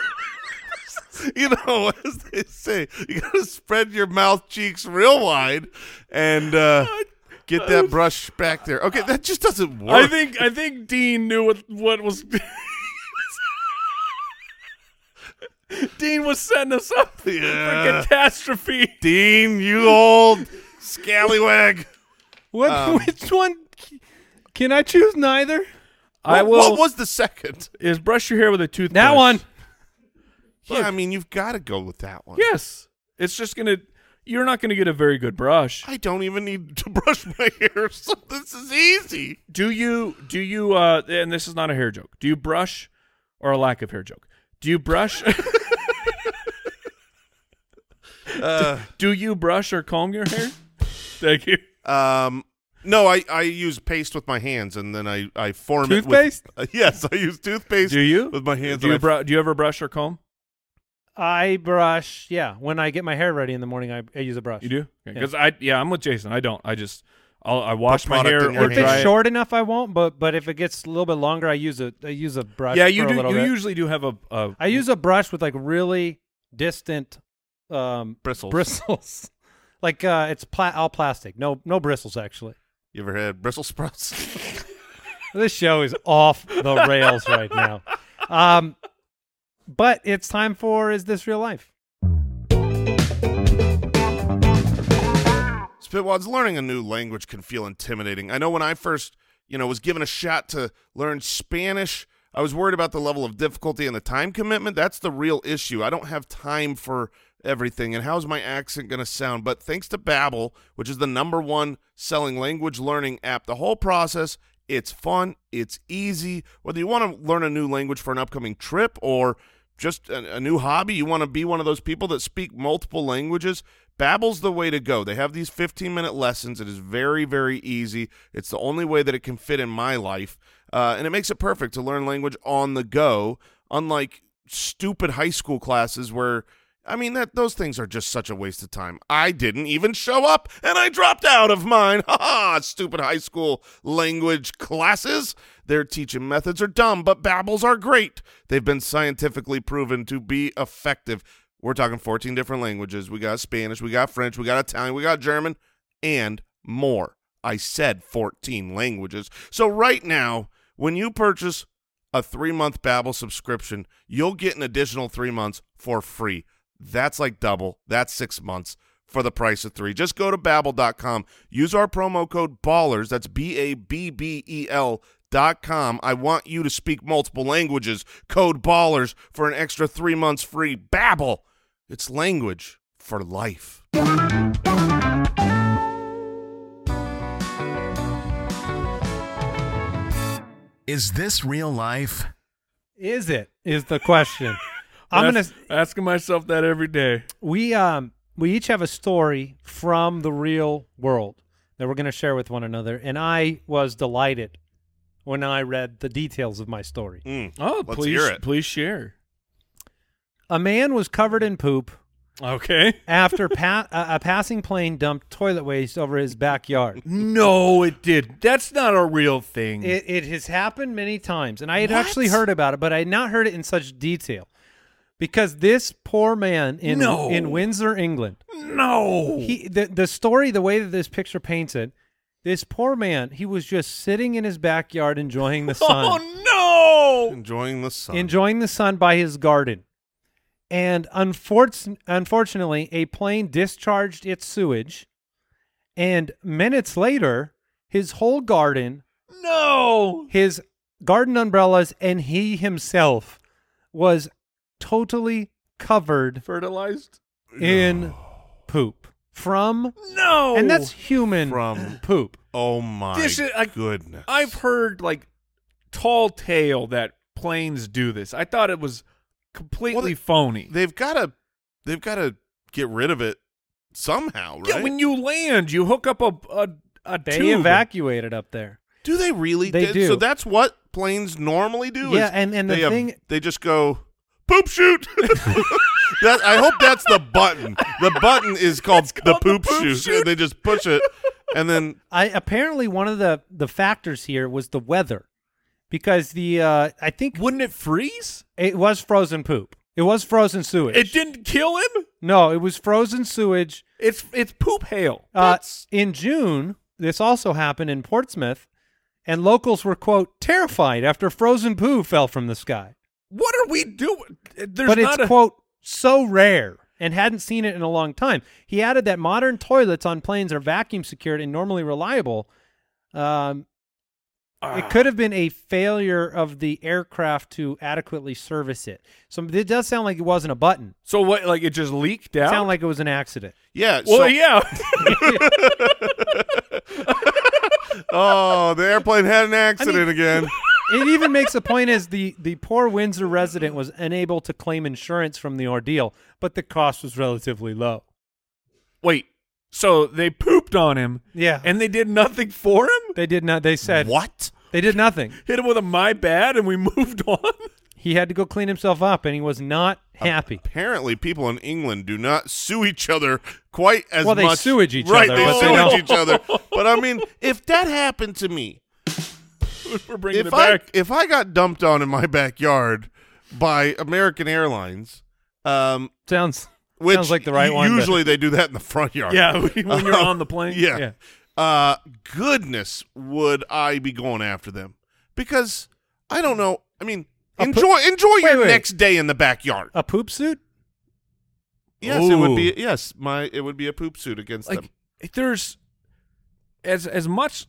Speaker 3: you know as they say you gotta spread your mouth cheeks real wide and uh, get that brush back there okay that just doesn't work
Speaker 2: I think I think Dean knew what what was. Dean was setting us up
Speaker 3: Yeah.
Speaker 2: for catastrophe.
Speaker 3: dean you old scallywag
Speaker 1: what?
Speaker 2: Um,
Speaker 1: which one? Can I choose neither?
Speaker 2: I
Speaker 3: What-
Speaker 2: will.
Speaker 3: what was the second
Speaker 2: is brush your hair with a toothbrush?
Speaker 1: That one.
Speaker 3: yeah i mean you've got to go with that one
Speaker 2: Yes. It's just gonna. You're not gonna get a very good brush.
Speaker 3: i don't even need to brush my hair so this is easy
Speaker 2: Do you do you uh and this is not a hair joke. Do you brush or a lack of hair joke? Do you brush
Speaker 3: Uh,
Speaker 2: Do you brush or comb your hair? Thank you.
Speaker 3: Um, no, I, I use paste with my hands and then I, I form
Speaker 1: Toothpaste?
Speaker 3: it. With, uh, yes, I use toothpaste.
Speaker 2: Do you?
Speaker 3: with my hands?
Speaker 2: Do you
Speaker 3: and I-
Speaker 2: bru- do you ever brush or comb?
Speaker 1: I brush. Yeah, when I get my hair ready in the morning, I, I use a brush.
Speaker 2: You do? Because I yeah, I'm with Jason. I don't. I just I'll, I wash my
Speaker 3: product
Speaker 2: hair
Speaker 3: in
Speaker 2: or
Speaker 3: your
Speaker 1: If
Speaker 2: dry
Speaker 1: it's
Speaker 2: it.
Speaker 1: short enough, I won't. But but if it gets a little bit longer, I use a I use a brush.
Speaker 2: Yeah, you
Speaker 1: for a
Speaker 2: do. You
Speaker 1: little bit.
Speaker 2: usually do have a, a
Speaker 1: I use a brush with like really distant um,
Speaker 3: bristles?
Speaker 1: bristles. like uh, it's pla- all plastic. No no bristles actually.
Speaker 3: you ever had bristle sprouts?
Speaker 1: This show is off the rails right now. Um, but it's time for is this real life?
Speaker 3: Spitwads learning a new language can feel intimidating. I know when I first, you know, was given a shot to learn Spanish, I was worried about the level of difficulty and the time commitment. That's the real issue. I don't have time for everything and how's my accent going to sound? But thanks to Babbel, which is the number 1 selling language learning app, the whole process it's fun, it's easy. Whether you want to learn a new language for an upcoming trip or just a, a new hobby, you want to be one of those people that speak multiple languages, Babbel's the way to go. They have these 15 minute lessons. It is very, very easy. It's the only way that it can fit in my life. Uh, and it makes it perfect to learn language on the go, unlike stupid high school classes where, I mean, that those things are just such a waste of time. I didn't even show up and I dropped out of mine. Ha ha, stupid high school language classes. Their teaching methods are dumb, but Babbel's are great. They've been scientifically proven to be effective. We're talking 14 different languages. We got Spanish, we got French, we got Italian, we got German, and more. I said 14 languages. So right now, when you purchase a three-month Babbel subscription, you'll get an additional three months for free. That's like double. That's six months for the price of three. Just go to babbel.com. Use our promo code BALLERS. That's B-A-B-B-E-L E dot com. I want you to speak multiple languages. Code BALLERS for an extra three months free. Babbel. It's language for life.
Speaker 2: Oh,
Speaker 4: Is this real life?
Speaker 1: Is it? Is the question. I'm gonna.
Speaker 2: Ask- asking myself that every day.
Speaker 1: We um we each have a story from the real world that we're gonna share with one another, and I was delighted when I read the details of my story.
Speaker 3: Mm.
Speaker 2: Oh,
Speaker 3: Let's
Speaker 2: please,
Speaker 3: hear it.
Speaker 2: please share.
Speaker 1: A man was covered in poop
Speaker 2: Okay.
Speaker 1: after pa- a, a passing plane dumped toilet waste over his backyard.
Speaker 2: No, it did. That's not a real thing.
Speaker 1: It, it has happened many times, and I had actually heard about it, but I had not heard it in such detail because this poor man in
Speaker 2: No.
Speaker 1: in Windsor, England,
Speaker 2: no.
Speaker 1: he the, the story, the way that this picture paints it, this poor man, he was just sitting in his backyard enjoying the sun,
Speaker 2: oh
Speaker 3: Enjoying the sun.
Speaker 1: enjoying the sun by his garden, and unfortun- unfortunately, a plane discharged its sewage, and minutes later, his whole garden
Speaker 2: no, no.
Speaker 1: his garden umbrellas and he himself was totally covered
Speaker 2: Fertilized.
Speaker 1: in poop from
Speaker 2: No,
Speaker 1: and that's human
Speaker 3: From-
Speaker 1: poop
Speaker 3: oh my
Speaker 2: This is- I-
Speaker 3: goodness.
Speaker 2: I've heard like tall tale that planes do this. I thought it was completely
Speaker 3: Well, they-
Speaker 2: phony.
Speaker 3: they've got to they've got to get rid of it somehow, right?
Speaker 2: Yeah, when you land, you hook up a a, a
Speaker 1: they
Speaker 2: tube.
Speaker 1: evacuated up there
Speaker 3: do they really?
Speaker 1: They
Speaker 3: Did-
Speaker 1: do.
Speaker 3: So that's what planes normally do.
Speaker 1: Yeah,
Speaker 3: is
Speaker 1: and- and the
Speaker 3: they have-
Speaker 1: thing-
Speaker 3: they just go poop shoot. that I hope that's the button. The button is called, the poop, shoot. And they just push it, and then
Speaker 1: i apparently one of the the factors here was the weather because the uh i think
Speaker 2: Wouldn't it freeze?
Speaker 1: it was frozen poop it was frozen sewage
Speaker 2: It didn't kill him.
Speaker 1: no it was frozen sewage
Speaker 2: It's it's poop hail.
Speaker 1: Uh, in June, this also happened in Portsmouth, and locals were, quote, terrified after frozen poo fell from the sky.
Speaker 2: What are we doing? There's
Speaker 1: but it's,
Speaker 2: not a
Speaker 1: quote, so rare and hadn't seen it in a long time. He added that modern toilets on planes are vacuum secured and normally reliable. Um,
Speaker 2: Ah.
Speaker 1: it could have been a failure of the aircraft to adequately service it. So it does sound like it wasn't a button.
Speaker 2: So what? Like it just leaked
Speaker 1: It
Speaker 2: out?
Speaker 1: sounded like it was an accident.
Speaker 3: yeah.
Speaker 2: well,
Speaker 3: so-
Speaker 2: yeah.
Speaker 3: Oh, the airplane had an accident again.
Speaker 1: it even makes a point as the the poor Windsor resident was unable to claim insurance from the ordeal, but the cost was relatively low.
Speaker 2: Wait. So they pooped on him,
Speaker 1: Yeah, and
Speaker 2: and they did nothing for him.
Speaker 1: they did not. They said
Speaker 3: What?
Speaker 1: they did nothing.
Speaker 2: Hit him with a my bad, and we moved on.
Speaker 1: He had to go clean himself up, and he was not happy.
Speaker 3: Apparently, people in England do not sue each other quite as
Speaker 1: Well, they
Speaker 3: much.
Speaker 1: sewage each
Speaker 3: right,
Speaker 1: other,
Speaker 3: They
Speaker 1: but they
Speaker 3: sewage
Speaker 1: don't-
Speaker 3: each other. But I mean, if that happened to me,
Speaker 2: We're bringing
Speaker 3: if
Speaker 2: it
Speaker 3: I
Speaker 2: back.
Speaker 3: if I got dumped on in my backyard by American Airlines, um,
Speaker 1: Sounds
Speaker 3: which
Speaker 1: sounds like the right
Speaker 3: u-
Speaker 1: one. but-
Speaker 3: Usually, they do that in the front yard.
Speaker 2: yeah, when you're
Speaker 3: Um,
Speaker 2: on the plane.
Speaker 3: Yeah. Uh, goodness, would I be going after them? Because I don't know. I mean,
Speaker 1: A
Speaker 3: enjoy enjoy
Speaker 1: Wait,
Speaker 3: your
Speaker 1: wait.
Speaker 3: next day in the backyard.
Speaker 1: a poop suit.
Speaker 3: Yes, it would
Speaker 2: Ooh.
Speaker 3: be. Yes, my it would be a poop suit against them.
Speaker 2: Like there's as as much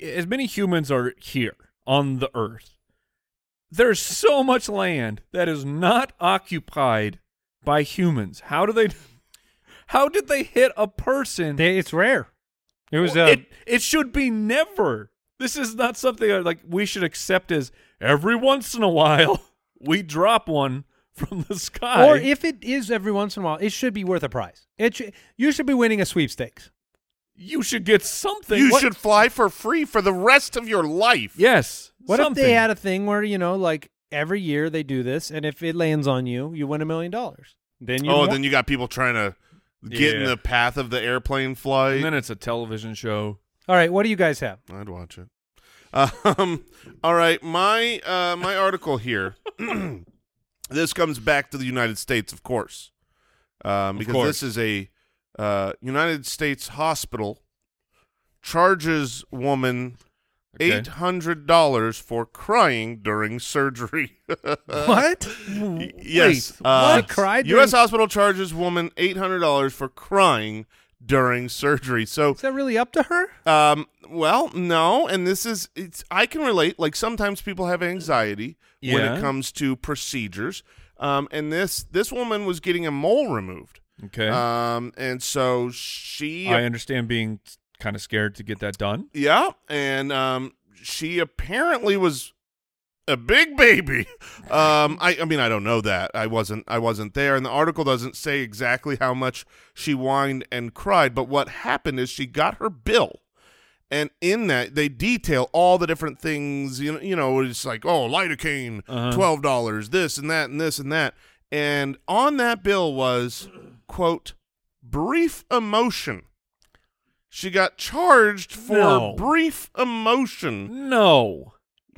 Speaker 2: as many humans are here on the earth. There's so much land that is not occupied by humans. How do they How did they hit a person?
Speaker 1: They, it's rare. It was uh,
Speaker 2: it it should be never. This is not something uh, like we should accept as every once in a while we drop one from the sky.
Speaker 1: Or if it is every once in a while, it should be worth a prize. It should, you should be winning a sweepstakes.
Speaker 2: you should get something.
Speaker 3: You
Speaker 2: What-
Speaker 3: should fly for free for the rest of your life.
Speaker 2: Yes.
Speaker 1: What
Speaker 2: something.
Speaker 1: if they had a thing where you know, like every year they do this, and if it lands on you, you win a million dollars. Then you
Speaker 3: oh,
Speaker 1: won.
Speaker 3: then you got people trying to get in
Speaker 2: Yeah.
Speaker 3: the path of the airplane flight.
Speaker 2: And then it's a television show.
Speaker 1: all right. What do you guys have?
Speaker 3: I'd watch it. Um, all right, my uh, my article here. this comes back to the United States, of course, um, because
Speaker 2: course.
Speaker 3: this is a uh, United States hospital charges woman
Speaker 2: Okay.
Speaker 3: eight hundred dollars for crying during surgery.
Speaker 1: what?
Speaker 3: Uh, Y- yes,
Speaker 1: Wait,
Speaker 3: uh,
Speaker 1: what? Cried
Speaker 3: U.S.
Speaker 1: during-
Speaker 3: hospital charges woman eight hundred dollars for crying during surgery. So
Speaker 1: Is that really up to her?
Speaker 3: um, well, no, and this is it's I can relate. Like sometimes people have anxiety when
Speaker 2: Yeah.
Speaker 3: it comes to procedures. Um, and this this woman was getting a mole removed.
Speaker 2: Okay.
Speaker 3: Um, and so she
Speaker 2: I understand being kind of scared to get that done.
Speaker 3: yeah, and um, she apparently was a big baby. Um, I, I mean, I don't know that. I wasn't. I wasn't there, and the article doesn't say exactly how much she whined and cried. But what happened is she got her bill, and in that they detail all the different things. You know, you know, it's like oh, lidocaine,
Speaker 2: Uh-huh.
Speaker 3: twelve dollars, this and that, and this and that, and on that bill was quote brief emotion. She got charged for
Speaker 2: No.
Speaker 3: brief emotion.
Speaker 2: No.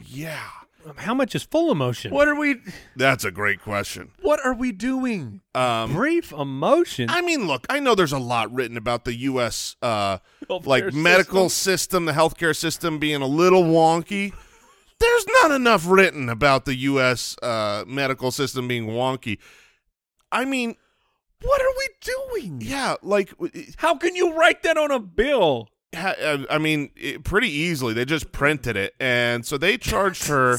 Speaker 3: Yeah.
Speaker 1: How much is full emotion?
Speaker 2: What are we?
Speaker 3: That's a great question.
Speaker 2: What are we doing?
Speaker 3: Um,
Speaker 1: brief emotion?
Speaker 3: I mean, look, I know there's a lot written about the U.S. Uh,
Speaker 2: Healthcare
Speaker 3: like medical system, the healthcare system being a little wonky. There's not enough written about the U.S. Uh, medical system being wonky. I mean,
Speaker 2: What are we doing?
Speaker 3: yeah, like it-
Speaker 2: How can you write that on a bill?
Speaker 3: ha- uh, I mean, it, pretty easily. They just printed it, and so they charged her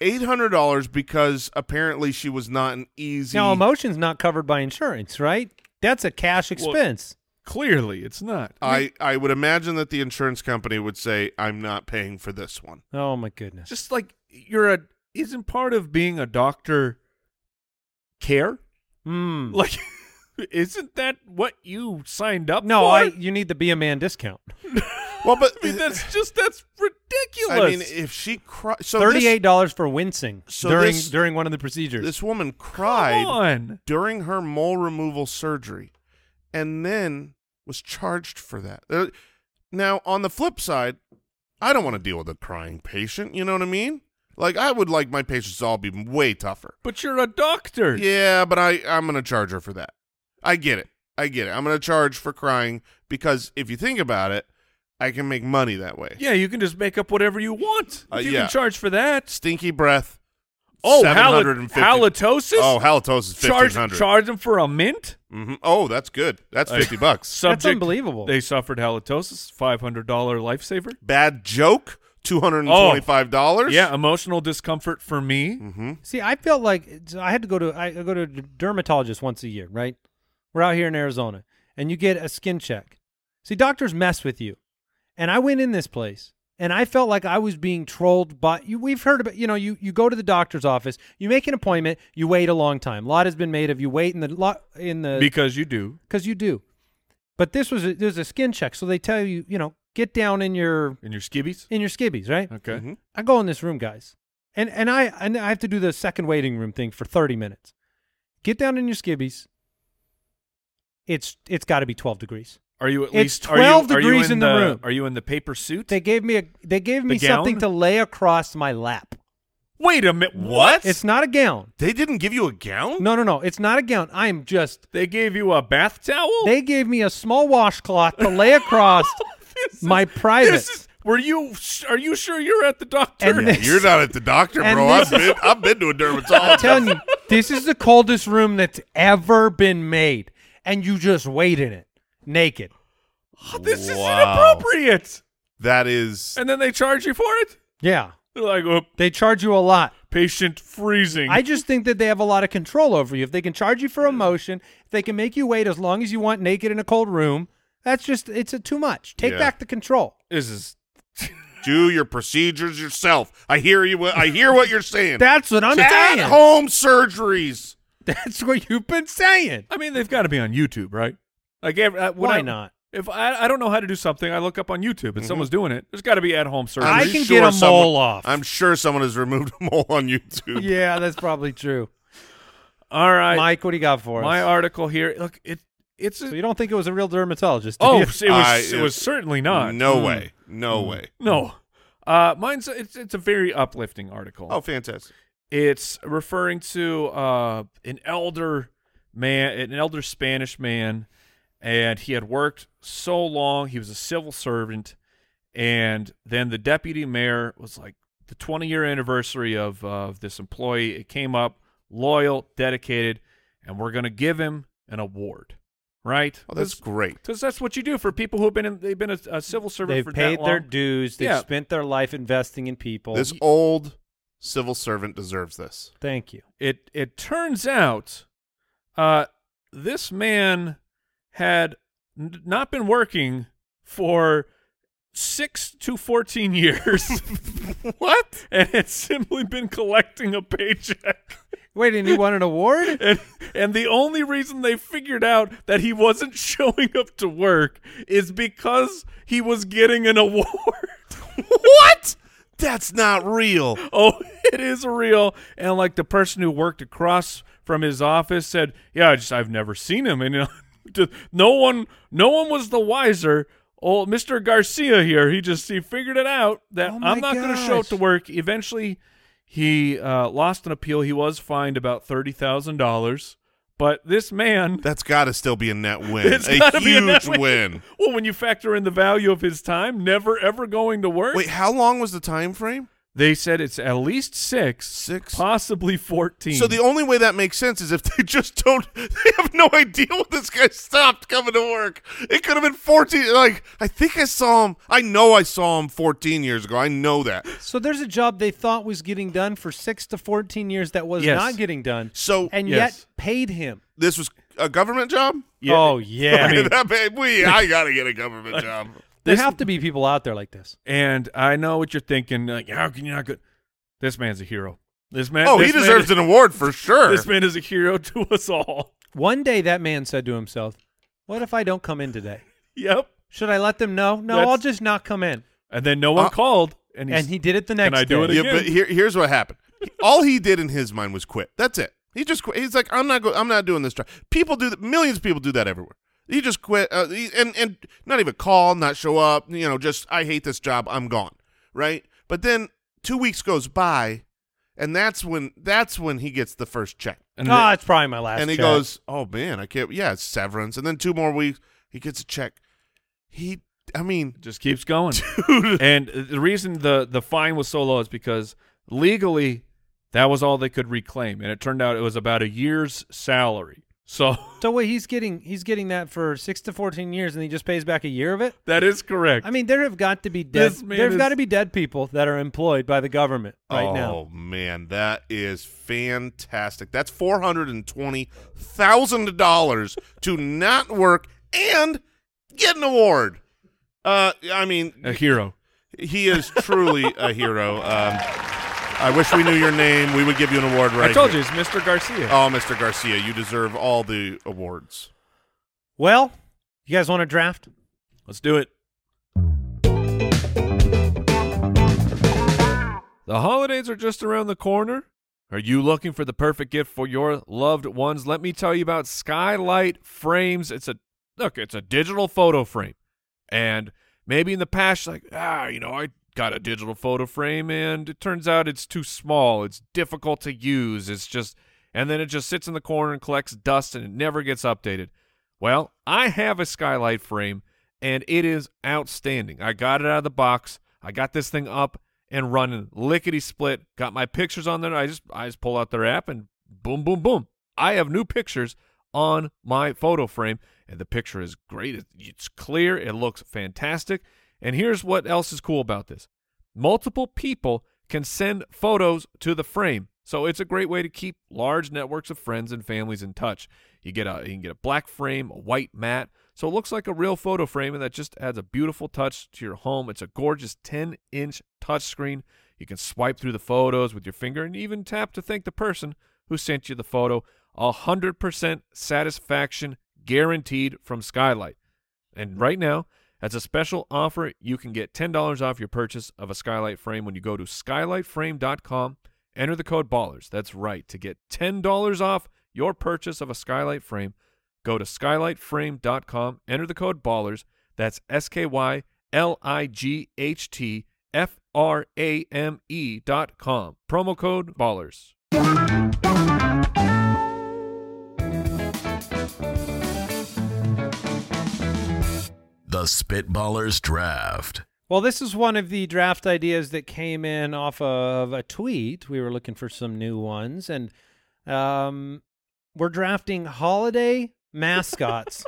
Speaker 3: eight hundred dollars because apparently she was not an easy.
Speaker 1: now emotion's not covered by insurance, right? That's a cash expense.
Speaker 2: Clearly, it's not.
Speaker 3: I I would imagine that the insurance company would say, "I'm not paying for this one."
Speaker 1: oh my goodness.
Speaker 2: just like you're a isn't part of being a doctor care?
Speaker 3: Hmm.
Speaker 1: Mm.
Speaker 2: Like isn't that what you signed up
Speaker 1: No,
Speaker 2: for?
Speaker 1: I. You need the be a man discount.
Speaker 3: Well, but
Speaker 2: I mean, that's just that's ridiculous.
Speaker 3: I mean, if she cried, so
Speaker 1: Thirty-eight dollars for wincing
Speaker 3: So
Speaker 1: during
Speaker 3: this-
Speaker 1: during one of the procedures.
Speaker 3: This, this woman
Speaker 2: Come
Speaker 3: cried
Speaker 2: on.
Speaker 3: during her mole removal surgery, and then was charged for that. Uh, Now, on the flip side, I don't want to deal with a crying patient. You know what I mean? Like, I would like my patients to all be way tougher.
Speaker 2: But you're a doctor.
Speaker 3: Yeah, but I I'm gonna charge her for that. I get it. I get it. I'm gonna charge for crying because if you think about it, I can make money that way.
Speaker 2: Yeah, you can just make up whatever you want.
Speaker 3: Uh,
Speaker 2: If you
Speaker 3: yeah.
Speaker 2: can charge for that.
Speaker 3: Stinky breath.
Speaker 2: Oh, hali-
Speaker 3: 750
Speaker 2: halitosis?
Speaker 3: Oh, halitosis
Speaker 2: charge
Speaker 3: fifteen hundred.
Speaker 2: charge them for a mint?
Speaker 3: hmm Oh, that's good. That's
Speaker 2: Uh,
Speaker 3: fifty bucks.
Speaker 2: Subject
Speaker 1: unbelievable.
Speaker 2: They suffered halitosis, five hundred dollar lifesaver.
Speaker 3: Bad joke. Two hundred and twenty-five
Speaker 1: Oh,
Speaker 3: dollars.
Speaker 2: Yeah, emotional discomfort for me.
Speaker 3: Mm-hmm.
Speaker 1: See, I felt like so I had to go to I go to a dermatologist once a year, right? We're out here in Arizona, and you get a skin check. See, doctors mess with you, and I went in this place, and I felt like I was being trolled. By you, we've heard about you know you you go to the doctor's office, you make an appointment, you wait a long time. A lot has been made of you wait in the lot in
Speaker 3: Mm.
Speaker 1: the
Speaker 2: Because you do.
Speaker 1: because you do, but this was a, there's a skin check, so they tell you you know get down in your
Speaker 2: In your skibbies?
Speaker 1: in your skibbies, right?
Speaker 2: Okay.
Speaker 3: Mhm.
Speaker 1: I go in this room, guys, and and I and I have to do the second waiting room thing for thirty minutes. Get down in your skibbies. It's it's got to be twelve degrees.
Speaker 2: Are you at
Speaker 1: It's
Speaker 2: least are you-
Speaker 1: 12
Speaker 2: are you,
Speaker 1: degrees in the room.
Speaker 2: Are you in the paper suit?
Speaker 1: They gave me a they gave me
Speaker 2: The
Speaker 1: something
Speaker 2: gown?
Speaker 1: to lay across my lap.
Speaker 2: Wait a minute. What?
Speaker 1: It's not a gown.
Speaker 3: They didn't give you a gown.
Speaker 1: No, no, no. It's not a gown. I am just.
Speaker 2: they gave you a bath towel?
Speaker 1: They gave me a small washcloth to lay across
Speaker 2: This is-
Speaker 1: my
Speaker 2: This
Speaker 1: private.
Speaker 2: is, were you are you sure you're at the doctor?
Speaker 1: And this-
Speaker 3: You're not at the doctor,
Speaker 1: And
Speaker 3: bro. I've
Speaker 1: this
Speaker 3: been, I've been to a
Speaker 1: I'm
Speaker 3: dermatologist.
Speaker 1: telling you, this is the coldest room that's ever been made, and you just wait in it naked.
Speaker 2: this is
Speaker 3: Wow.
Speaker 2: inappropriate.
Speaker 3: That is
Speaker 2: And then they charge you for it?
Speaker 1: Yeah,
Speaker 2: They're like, oh,
Speaker 1: they charge you a lot.
Speaker 2: patient freezing.
Speaker 1: I just think that they have a lot of control over you. If they can charge you for emotion, if they can make you wait as long as you want naked in a cold room, that's just it's a too much. Take
Speaker 3: Yeah.
Speaker 1: back the control.
Speaker 2: this is
Speaker 3: Do your procedures yourself. I hear you. I hear what you're saying.
Speaker 1: That's what I'm
Speaker 3: At
Speaker 1: saying.
Speaker 3: home surgeries.
Speaker 1: That's what you've been saying.
Speaker 2: I mean, they've got to be on YouTube, right? Like, every, uh, when
Speaker 1: Why
Speaker 2: I-
Speaker 1: not? Mm-hmm.
Speaker 2: If I, I don't know how to do something, I look up on YouTube and someone's doing it. There's got to be at home surgery.
Speaker 3: I'm
Speaker 1: I can get a
Speaker 3: someone-
Speaker 1: mole off.
Speaker 3: I'm sure someone has removed a mole on YouTube.
Speaker 1: Yeah, that's probably true.
Speaker 2: All right,
Speaker 1: Mike, what do you got for us?
Speaker 2: my article here. Look, it it's a,
Speaker 1: so you don't think it was a real dermatologist? do
Speaker 2: oh,
Speaker 1: you?
Speaker 2: it was
Speaker 3: I-
Speaker 2: it was certainly not.
Speaker 3: No
Speaker 2: Mm.
Speaker 3: way. No way.
Speaker 2: no. Uh, mine's it's it's a very uplifting article.
Speaker 3: Oh, fantastic.
Speaker 2: It's referring to uh, an elder man, an elder Spanish man, and he had worked so long. He was a civil servant, and then the deputy mayor was like the 20 year anniversary of of this employee. It came up loyal, dedicated, and we're gonna give him an award, right?
Speaker 3: Oh, that's great.
Speaker 2: because that's what you do for people who've been in, they've been a, a civil servant.
Speaker 1: They've
Speaker 2: for
Speaker 1: paid
Speaker 2: that
Speaker 1: their
Speaker 2: long.
Speaker 1: dues. They've
Speaker 2: Yeah.
Speaker 1: spent their life investing in people.
Speaker 3: This old civil servant deserves this.
Speaker 1: Thank you.
Speaker 2: it it turns out uh this man had n- not been working for 6 to 14 years what and had simply been collecting a paycheck
Speaker 1: Wait, and he won an award?
Speaker 2: and and the only reason they figured out that he wasn't showing up to work is because he was getting an award
Speaker 3: what? That's not real.
Speaker 2: oh, it is real. And like the person who worked across from his office said, yeah, I just I've never seen him, and you know, just- no one, no one was the wiser. Old Mister Garcia here, he just he figured it out that
Speaker 1: Oh my
Speaker 2: I'm not going to show up
Speaker 1: gosh.
Speaker 2: to work. Eventually, he uh, lost an appeal. He was fined about thirty thousand dollars, but this man.
Speaker 3: That's got to still be a net win.
Speaker 2: It's
Speaker 3: a
Speaker 2: gotta
Speaker 3: huge
Speaker 2: be a net win.
Speaker 3: win.
Speaker 2: Well, when you factor in the value of his time, never ever going to work,
Speaker 3: Wait, how long was the time frame?
Speaker 2: they said it's at least six,
Speaker 3: Six?
Speaker 2: possibly fourteen.
Speaker 3: So the only way that makes sense is if they just don't. They have no idea when this guy stopped coming to work. It could have been fourteen. Like I think I saw him. I know I saw him fourteen years ago. I know that.
Speaker 1: So there's a job they thought was getting done for six to 14 years that was
Speaker 2: Yes.
Speaker 1: not getting done
Speaker 3: So
Speaker 1: and
Speaker 2: Yes.
Speaker 1: yet paid him.
Speaker 3: this was a government job.
Speaker 2: Yeah.
Speaker 1: Oh, yeah.
Speaker 2: I mean,
Speaker 3: That made- we, I gotta get a government job.
Speaker 1: there
Speaker 2: this-
Speaker 1: have to be people out there like this.
Speaker 2: And I know what you're thinking. Like, how can you not go? This man's a hero. This man.
Speaker 3: Oh, he
Speaker 2: this man-
Speaker 3: deserves an award for sure.
Speaker 2: This man is a hero to us all.
Speaker 1: One day that man said to himself, What if I don't come in today?
Speaker 2: Yep.
Speaker 1: Should I let them know? No,
Speaker 2: That's-
Speaker 1: I'll just not come in.
Speaker 2: And then no one
Speaker 3: Uh,
Speaker 2: called, and, he's,
Speaker 1: And he did it the next
Speaker 2: I do
Speaker 1: day.
Speaker 2: it
Speaker 3: yeah,
Speaker 2: again.
Speaker 3: but here, here's what happened. All he did in his mind was quit. That's it. He just quit. He's like, I'm not. Go- I'm not doing this. Try. People do. That, millions of people do that everywhere. He just quit. Uh, he, and and not even call, not show up. You know, just I hate this job. I'm gone. Right. But then two weeks goes by, and that's when that's when he gets the first check.
Speaker 2: and
Speaker 1: Ah,
Speaker 2: then-
Speaker 1: it's probably my last
Speaker 3: and he
Speaker 1: check.
Speaker 3: goes, "Oh man, I can't." Yeah, it's severance, and then two more weeks, he gets a check. He, I mean,
Speaker 2: just keeps going. And the reason the the fine was so low is because legally that was all they could reclaim, and it turned out it was about a year's salary. So
Speaker 1: So wait, he's getting he's getting that for six to fourteen years, and he just pays back a year of it.
Speaker 2: that is correct.
Speaker 1: I mean, there have got to be dead
Speaker 2: This man
Speaker 1: there have
Speaker 2: is-
Speaker 1: got to be dead people that are employed by the government right
Speaker 3: oh
Speaker 1: now.
Speaker 3: man, that is fantastic. That's four hundred and twenty thousand dollars to not work and get an award. Uh, I mean,
Speaker 2: a hero.
Speaker 3: he is truly a hero. Um, I wish we knew your name. We would give you an award right
Speaker 2: I told you,
Speaker 3: here.
Speaker 2: it's Mr. Garcia.
Speaker 3: Oh, Mr. Garcia, you deserve all the awards.
Speaker 1: Well, you guys want to draft?
Speaker 2: Let's do it. The holidays are just around the corner. Are you looking for the perfect gift for your loved ones? Let me tell you about Skylight Frames. It's a look, it's a digital photo frame. And maybe in the past like, ah, you know, I got a digital photo frame and it turns out it's too small. It's difficult to use. It's just and then it just sits in the corner and collects dust and it never gets updated. Well, I have a skylight frame and it is outstanding. I got it out of the box. I got this thing up and running lickety split. Got my pictures on there. I just I just pull out their app and boom boom boom. I have new pictures on my photo frame and the picture is great. It- It's clear. It looks fantastic. And here's what else is cool about this. Multiple people can send photos to the frame. So it's a great way to keep large networks of friends and families in touch. You get a you can get a black frame, a white mat, So it looks like a real photo frame, and that just adds a beautiful touch to your home. It's a gorgeous 10 inch touchscreen. You can swipe through the photos with your finger and even tap to thank the person who sent you the photo. 100% satisfaction guaranteed from Skylight. And right now, as a special offer, you can get $10 off your purchase of a skylight frame when you go to skylightframe.com. Enter the code BALLERS. That's right. To get $10 off your purchase of a skylight frame, go to skylightframe.com. Enter the code BALLERS. That's S K Y L I G H T F R A M E dot com. Promo code BALLERS.
Speaker 4: The Spitballers Draft.
Speaker 1: Well, this is one of the draft ideas that came in off of a tweet. We were looking for some new ones, and um, we're drafting holiday mascots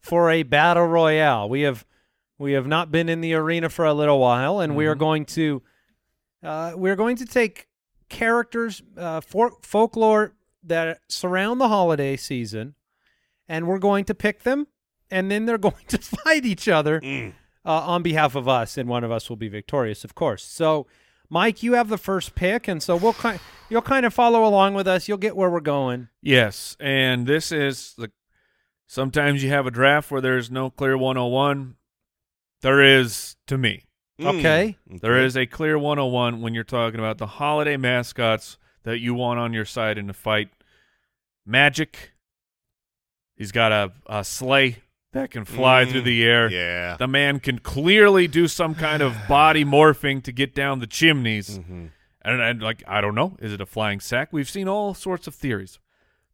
Speaker 1: for a battle royale. We have we have not been in the arena for a little while, and we are going to uh, we are going to take characters uh, for folklore that surround the holiday season, and we're going to pick them, and then they're going to fight each other
Speaker 2: Mm.
Speaker 3: Mm.
Speaker 1: uh, on behalf of us, and one of us will be victorious, of course. So, Mike, you have the first pick, and so we'll kind you'll kind of follow along with us. You'll get where we're going.
Speaker 2: Yes, and this is the. Sometimes you have a draft where there's no clear 101. There is to me.
Speaker 1: Hmm.
Speaker 3: Mm.
Speaker 1: Okay.
Speaker 2: There is a clear 101 when you're talking about the holiday mascots that you want on your side in the fight. Magic. He's got a, a sleigh that can fly
Speaker 3: Mm,
Speaker 2: through the air.
Speaker 3: Yeah.
Speaker 2: The man can clearly do some kind of body morphing to get down the chimneys. And, and like I don't know, is it a flying sack? We've seen all sorts of theories,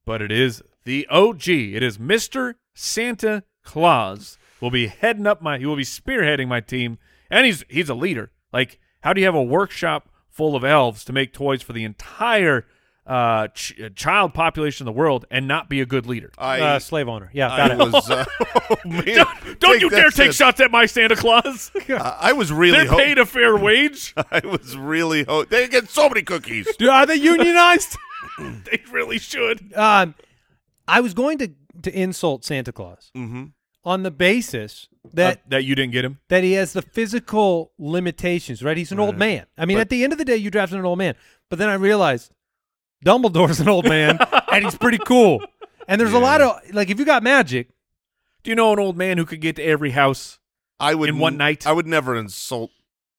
Speaker 2: but it is the OG. It is Mister Santa Claus. Will be heading up my. He will be spearheading my team, and he's he's a leader. Like how do you have a workshop full of elves to make toys for the entire uh, ch- uh, child population of the world and not be a good leader?
Speaker 3: I,
Speaker 1: uh, slave owner. Yeah,
Speaker 3: I
Speaker 1: got it.
Speaker 3: was. Uh, oh, man.
Speaker 2: Don't, don't you
Speaker 3: that
Speaker 2: dare take
Speaker 3: shit.
Speaker 2: shots at my Santa Claus.
Speaker 3: Uh, I was really.
Speaker 2: They're
Speaker 3: Ho-
Speaker 2: paid a fair wage.
Speaker 3: I was really. Ho- they get so many cookies.
Speaker 1: Dude, are they unionized?
Speaker 2: they really
Speaker 3: Uh,
Speaker 2: should.
Speaker 1: um, I was going to to insult Santa Claus
Speaker 3: mm-hmm.
Speaker 1: on the basis that
Speaker 2: Uh, that you didn't get him.
Speaker 1: that he has the physical limitations. Right, he's an old man. I mean, at the end of the day, you drafted an old man. But then I realized Dumbledore's an old man, and he's pretty cool. And there's a lot of like, if you got magic,
Speaker 2: Do you know an old man who could get to every house?
Speaker 3: I would
Speaker 2: In one
Speaker 3: n-
Speaker 2: night?
Speaker 3: I would never insult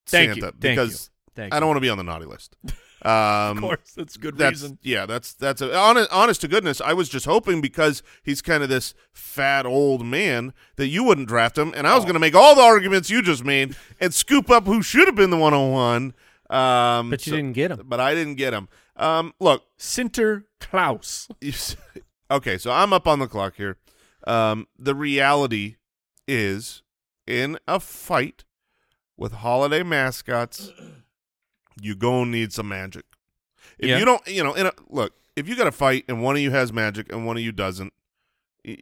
Speaker 2: Thank you,
Speaker 3: Santa
Speaker 2: thank
Speaker 3: because
Speaker 2: Thank
Speaker 3: I don't want to be on the naughty list. Um,
Speaker 2: Of course, that's a good
Speaker 3: that's
Speaker 2: reason.
Speaker 3: yeah. That's that's a, honest, honest to goodness. I was just hoping because he's kind of this fat old man that you wouldn't draft him, and I
Speaker 2: Oh.
Speaker 3: was going to make all the arguments you just made and scoop up who should have been the one on one. Um,
Speaker 1: but you
Speaker 3: so-
Speaker 1: didn't get him.
Speaker 3: But I didn't get him. Um, look,
Speaker 2: Sinter Klaus.
Speaker 3: you s- okay, so I'm up on the clock here. Um, the reality is, in a fight with holiday mascots, you gonna need some magic. If
Speaker 2: Yeah.
Speaker 3: you don't, you know, in a, look, if you got a fight and one of you has magic and one of you doesn't, y-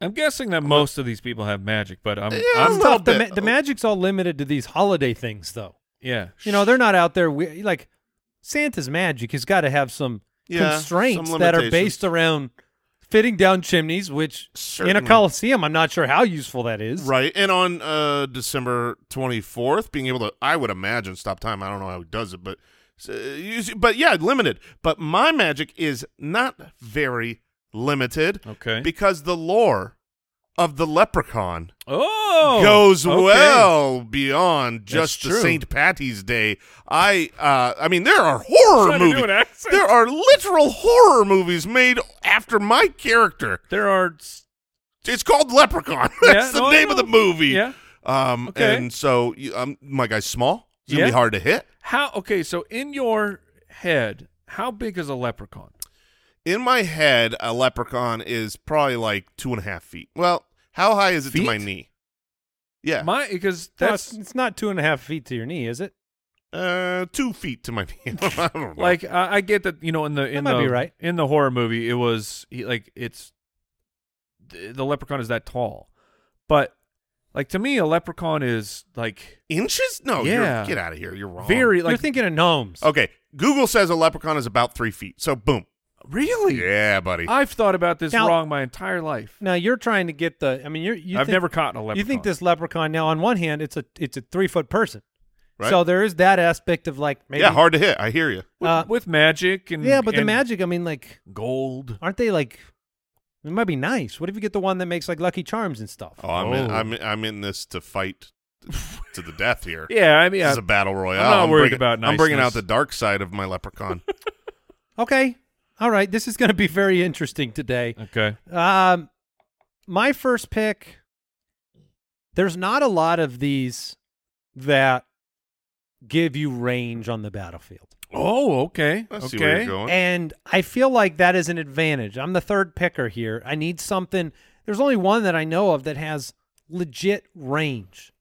Speaker 2: I'm guessing that most of these people have magic, but I'm,
Speaker 3: Yeah,
Speaker 2: I'm
Speaker 3: a
Speaker 1: It's tough.
Speaker 3: little
Speaker 1: The,
Speaker 3: bit.
Speaker 1: ma- the magic's all limited to these holiday things, though.
Speaker 2: yeah.
Speaker 1: You know, they're not out there. We- like Santa's magic has got to have some
Speaker 3: yeah,
Speaker 1: constraints
Speaker 3: some
Speaker 1: that are
Speaker 3: limitations.
Speaker 1: based around fitting down chimneys, which in
Speaker 3: Certainly.
Speaker 1: a coliseum, I'm not sure how useful that is.
Speaker 3: Right, and on uh, December twenty fourth, being able to, I would imagine, stop time. I don't know how he does it, but uh, you see- but yeah, limited. But my magic is not very limited
Speaker 2: Okay.
Speaker 3: because the lore of the leprechaun
Speaker 2: oh,
Speaker 3: goes
Speaker 2: okay.
Speaker 3: well beyond just the
Speaker 2: true.
Speaker 3: St. Patty's Day. I uh, I mean, there are horror
Speaker 2: Trying to do
Speaker 3: movies.
Speaker 2: an accent.
Speaker 3: There are literal horror movies made after my character.
Speaker 2: There are. s-
Speaker 3: It's called Leprechaun.
Speaker 2: Yeah,
Speaker 3: That's the
Speaker 2: no, I
Speaker 3: name of
Speaker 2: know.
Speaker 3: the movie.
Speaker 2: Yeah.
Speaker 3: Um,
Speaker 2: Okay.
Speaker 3: and so you- um, my guy's small. It's gonna
Speaker 2: Yeah.
Speaker 3: be hard to hit.
Speaker 2: How? Okay. So in your head, how big is a leprechaun?
Speaker 3: In my head, a leprechaun is probably like two and a half feet. Well, how high is it to
Speaker 2: Feet?
Speaker 3: my knee? Yeah,
Speaker 2: My because
Speaker 1: No,
Speaker 2: that's
Speaker 1: it's, it's not two and a half feet to your knee, is it?
Speaker 3: uh, two feet to my knee. I don't know.
Speaker 2: like I, I get that you know in the in
Speaker 1: might
Speaker 2: the
Speaker 1: be right.
Speaker 2: in the horror movie it was he, like it's the, the leprechaun is that tall, but like to me a leprechaun is like
Speaker 3: inches? No,
Speaker 2: Yeah.
Speaker 3: you're, get out of here. You're wrong.
Speaker 2: very
Speaker 1: You're
Speaker 2: like
Speaker 3: Oh.
Speaker 1: thinking of gnomes.
Speaker 3: okay. Google says a leprechaun is about three feet. So boom,
Speaker 2: Really?
Speaker 3: Yeah, buddy.
Speaker 2: I've thought about this
Speaker 1: Now-
Speaker 2: wrong my entire life.
Speaker 1: Now you're trying to get the. I mean, you're. You
Speaker 2: I've
Speaker 1: think-
Speaker 2: never caught a leprechaun.
Speaker 1: You think this leprechaun? Now, on one hand, it's a it's a three foot person,
Speaker 3: Right.
Speaker 1: so there is that aspect of like maybe
Speaker 3: yeah, hard to hit. I hear you.
Speaker 2: with,
Speaker 1: uh,
Speaker 2: with magic and
Speaker 1: yeah, but the
Speaker 2: and
Speaker 1: magic. I mean, like,
Speaker 2: gold.
Speaker 1: aren't they like? It might be nice. What if you get the one that makes like Lucky Charms and stuff?
Speaker 3: Oh, I'm in,
Speaker 2: Oh.
Speaker 3: I'm in, I'm in this to fight to the death here.
Speaker 2: Yeah, I mean,
Speaker 3: This
Speaker 2: I,
Speaker 3: is a battle royale.
Speaker 2: I'm not worried
Speaker 3: bringing,
Speaker 2: about
Speaker 3: I'm bringing out
Speaker 2: niceness.
Speaker 3: the dark side of my leprechaun.
Speaker 1: Okay, all right. This is going to be very interesting today.
Speaker 2: okay.
Speaker 1: Um, my first pick. There's not a lot of these that give you range on the battlefield.
Speaker 2: Oh, okay.
Speaker 3: I
Speaker 2: okay.
Speaker 3: see where you're going.
Speaker 1: And I feel like that is an advantage. I'm the third picker here. I need something. There's only one that I know of that has legit range.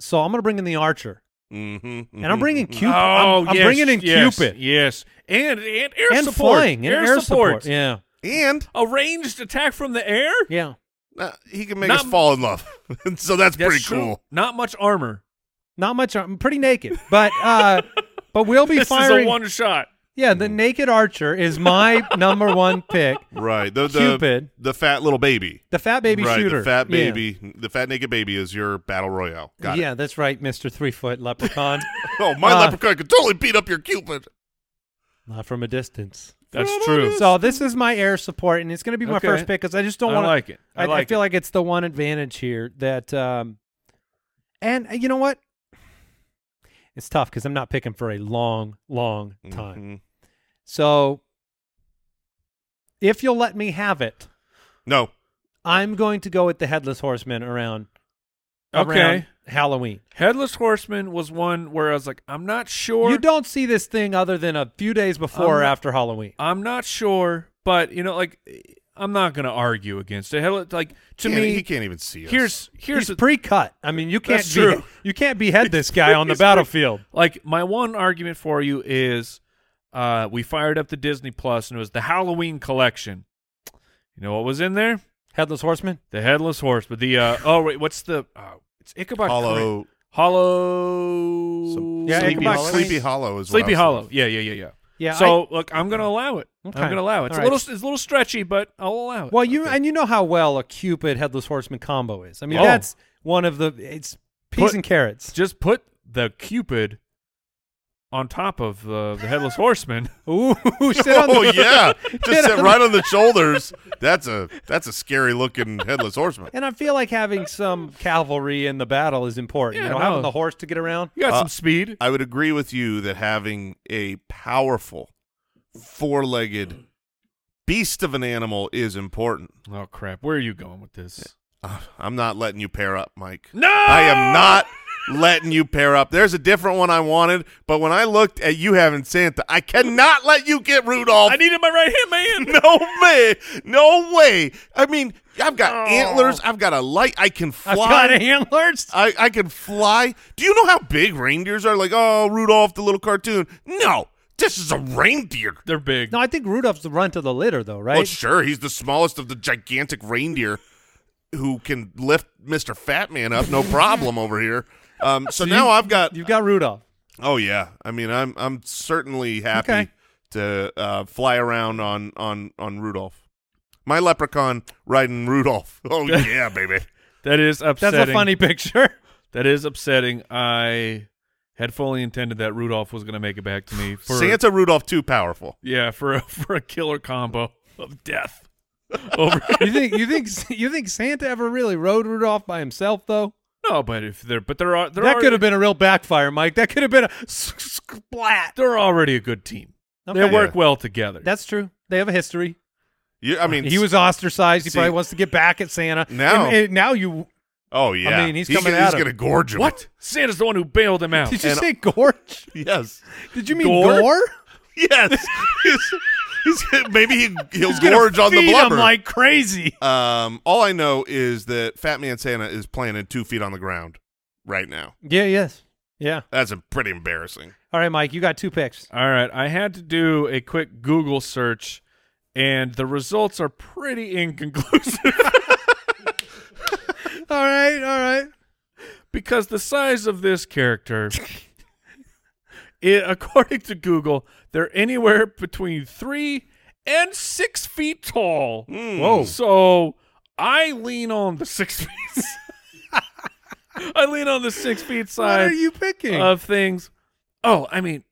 Speaker 1: So I'm going to bring in the archer.
Speaker 3: Mhm,
Speaker 1: And I'm
Speaker 3: mhm,
Speaker 1: bringing
Speaker 3: mhm.
Speaker 1: Cupid.
Speaker 2: Mm-hmm. Oh,
Speaker 1: I'm, I'm
Speaker 2: yes,
Speaker 1: bringing in
Speaker 2: yes,
Speaker 1: Cupid.
Speaker 2: Yes, and and air
Speaker 1: And
Speaker 2: support,
Speaker 1: flying. And
Speaker 2: air, support,
Speaker 1: Yeah.
Speaker 3: And
Speaker 2: a ranged attack from the air.
Speaker 1: Yeah.
Speaker 3: uh, he can make
Speaker 2: Not-
Speaker 3: us fall in love. so
Speaker 2: That's
Speaker 3: that's, pretty
Speaker 2: true.
Speaker 3: cool.
Speaker 2: Not much armor.
Speaker 1: Not much. I'm pretty naked. But uh, but we'll be
Speaker 2: this
Speaker 1: firing.
Speaker 2: is a one shot.
Speaker 1: yeah. The naked archer is my number one pick.
Speaker 3: Right. The, the,
Speaker 1: Cupid.
Speaker 3: The fat little baby.
Speaker 1: The fat baby
Speaker 3: right,
Speaker 1: shooter.
Speaker 3: The fat
Speaker 1: Yeah.
Speaker 3: baby. The fat naked baby is your battle royale. Got
Speaker 1: yeah, that's right, Mr. Three Foot Leprechaun.
Speaker 3: it. Oh, my
Speaker 1: Uh,
Speaker 3: leprechaun could totally beat up your Cupid.
Speaker 1: Not from a distance.
Speaker 2: That's true.
Speaker 1: So this is my air support, and it's going to be my
Speaker 2: Okay.
Speaker 1: first pick because I just don't
Speaker 2: I
Speaker 1: want to.
Speaker 2: like it. I
Speaker 1: I,
Speaker 2: like
Speaker 1: feel
Speaker 2: it.
Speaker 1: like it's the one advantage here that, um, and uh, you know what? It's tough because I'm not picking for a long, long
Speaker 2: Mm-hmm.
Speaker 1: time.
Speaker 3: Mhm.
Speaker 1: So if you'll let me have it,
Speaker 3: No.
Speaker 1: I'm going to go with the headless horseman around.
Speaker 2: Okay.
Speaker 1: around Halloween.
Speaker 2: Headless Horseman was one where I was like, I'm not sure.
Speaker 1: you don't see this thing other than a few days before or
Speaker 2: I'm-
Speaker 1: after Halloween.
Speaker 2: I'm not sure, but you know, like, I'm not gonna argue against it. Hell, like to
Speaker 3: Can't-
Speaker 2: me,
Speaker 3: he can't even see us.
Speaker 2: here's here's
Speaker 1: He's
Speaker 2: the-
Speaker 1: pre-cut. I mean, you can't
Speaker 2: That's
Speaker 1: be,
Speaker 2: true.
Speaker 1: you can't behead this guy on the battlefield.
Speaker 2: Like my one argument for you is, uh, we fired up the Disney Plus and it was the Halloween collection. You know what was in there?
Speaker 1: Headless horseman.
Speaker 2: The headless horse, but the uh, oh wait, what's the uh, it's Ichabod Crane.
Speaker 3: hollow.
Speaker 2: Hollow.
Speaker 3: Some,
Speaker 1: Yeah,
Speaker 3: sleepy,
Speaker 1: Ichabod Crane.
Speaker 3: Sleepy Hollow is what
Speaker 2: Sleepy
Speaker 3: I was
Speaker 2: Hollow. Yeah, yeah, yeah, yeah.
Speaker 1: Yeah. I-
Speaker 2: so look, I'm gonna allow it.
Speaker 1: Okay.
Speaker 2: I'm gonna allow it. It's
Speaker 1: All
Speaker 2: a
Speaker 1: right.
Speaker 2: little, it's a little stretchy, but I'll allow it.
Speaker 1: Well, you and you know how well a Cupid headless horseman combo is. I mean,
Speaker 2: Oh.
Speaker 1: that's one of the it's peas
Speaker 2: Put-
Speaker 1: and carrots.
Speaker 2: just put the Cupid on top of uh, the, the headless horseman.
Speaker 1: Ooh, sit on
Speaker 3: Oh
Speaker 1: the,
Speaker 3: yeah, just sit
Speaker 1: on
Speaker 3: right on the shoulders. That's a that's a scary looking headless horseman.
Speaker 1: And I feel like having some cavalry in the battle is important.
Speaker 2: Yeah,
Speaker 1: you know,
Speaker 2: no.
Speaker 1: having the horse to get around.
Speaker 2: You got
Speaker 3: Uh,
Speaker 2: some speed.
Speaker 3: I would agree with you that having a powerful four legged beast of an animal is important.
Speaker 2: Oh crap! Where are you going with this?
Speaker 3: Uh, I'm not letting you pair up, Mike.
Speaker 2: No,
Speaker 3: I am not letting you pair up. There's a different one I wanted, but when I looked at you having Santa, I cannot let you get Rudolph.
Speaker 2: I needed my right hand man.
Speaker 3: no way. No way. I mean, I've got antlers. I've got a light. I can fly.
Speaker 1: I've got antlers.
Speaker 3: I, I can fly. Do you know how big reindeers are? Like, oh, Rudolph, the little cartoon. No, this is a reindeer.
Speaker 2: They're big.
Speaker 1: No, I think Rudolph's the runt of the litter, though,
Speaker 3: Well,
Speaker 1: right?
Speaker 3: sure, he's the smallest of the gigantic reindeer who can lift Mr. Fat Man up, no problem over here. Um, so, now I've got.
Speaker 1: You've got Rudolph.
Speaker 3: Oh yeah, I mean, I'm I'm certainly happy
Speaker 1: Okay.
Speaker 3: to uh, fly around on on on Rudolph. My leprechaun riding Rudolph. Oh yeah, baby.
Speaker 2: That is
Speaker 1: That's
Speaker 2: upsetting.
Speaker 1: a funny picture.
Speaker 2: That is upsetting. I had fully intended that Rudolph was going to make it back to me for
Speaker 3: Santa Rudolph too powerful.
Speaker 2: yeah for a, for a killer combo of death. Over
Speaker 1: you think you think you think Santa ever really rode Rudolph by himself, though?
Speaker 2: no, but if they're but there are there
Speaker 1: that
Speaker 2: are,
Speaker 1: could have been a real backfire, Mike. That could have been a splat.
Speaker 2: they're already a good team. They
Speaker 1: Okay.
Speaker 2: work well together.
Speaker 1: That's true. They have a history.
Speaker 3: You, I mean,
Speaker 1: he was ostracized. He
Speaker 3: see-
Speaker 1: probably wants to get back at Santa.
Speaker 3: Now-
Speaker 1: and, and now you
Speaker 3: Oh yeah,
Speaker 1: mean, he's
Speaker 3: He
Speaker 1: coming
Speaker 3: can-
Speaker 1: at
Speaker 3: He's
Speaker 1: him.
Speaker 3: gonna gorge him.
Speaker 2: what? Santa's the one who bailed him out.
Speaker 1: did you say gorge?
Speaker 3: Yes,
Speaker 1: Did you mean gore?
Speaker 2: Gore?
Speaker 3: yes. he's, he's- maybe he he'll
Speaker 1: Gonna
Speaker 3: gorge on the
Speaker 1: feed 'em
Speaker 3: blubber.
Speaker 1: like crazy.
Speaker 3: um, all I know is that Fat Man Santa is planted two feet on the ground right now.
Speaker 1: Yeah. Yes. Yeah.
Speaker 3: That's a pretty embarrassing.
Speaker 1: All right, Mike. You got two picks.
Speaker 2: All right, I had to do a quick Google search, and the results are pretty inconclusive.
Speaker 1: All right. All right.
Speaker 2: because the size of this character It, according to Google, they're anywhere between three and six feet tall.
Speaker 3: Whoa.
Speaker 2: So I lean on the six feet. I lean on the six feet
Speaker 1: What are
Speaker 2: side
Speaker 1: you picking?
Speaker 2: of things. Oh, I mean,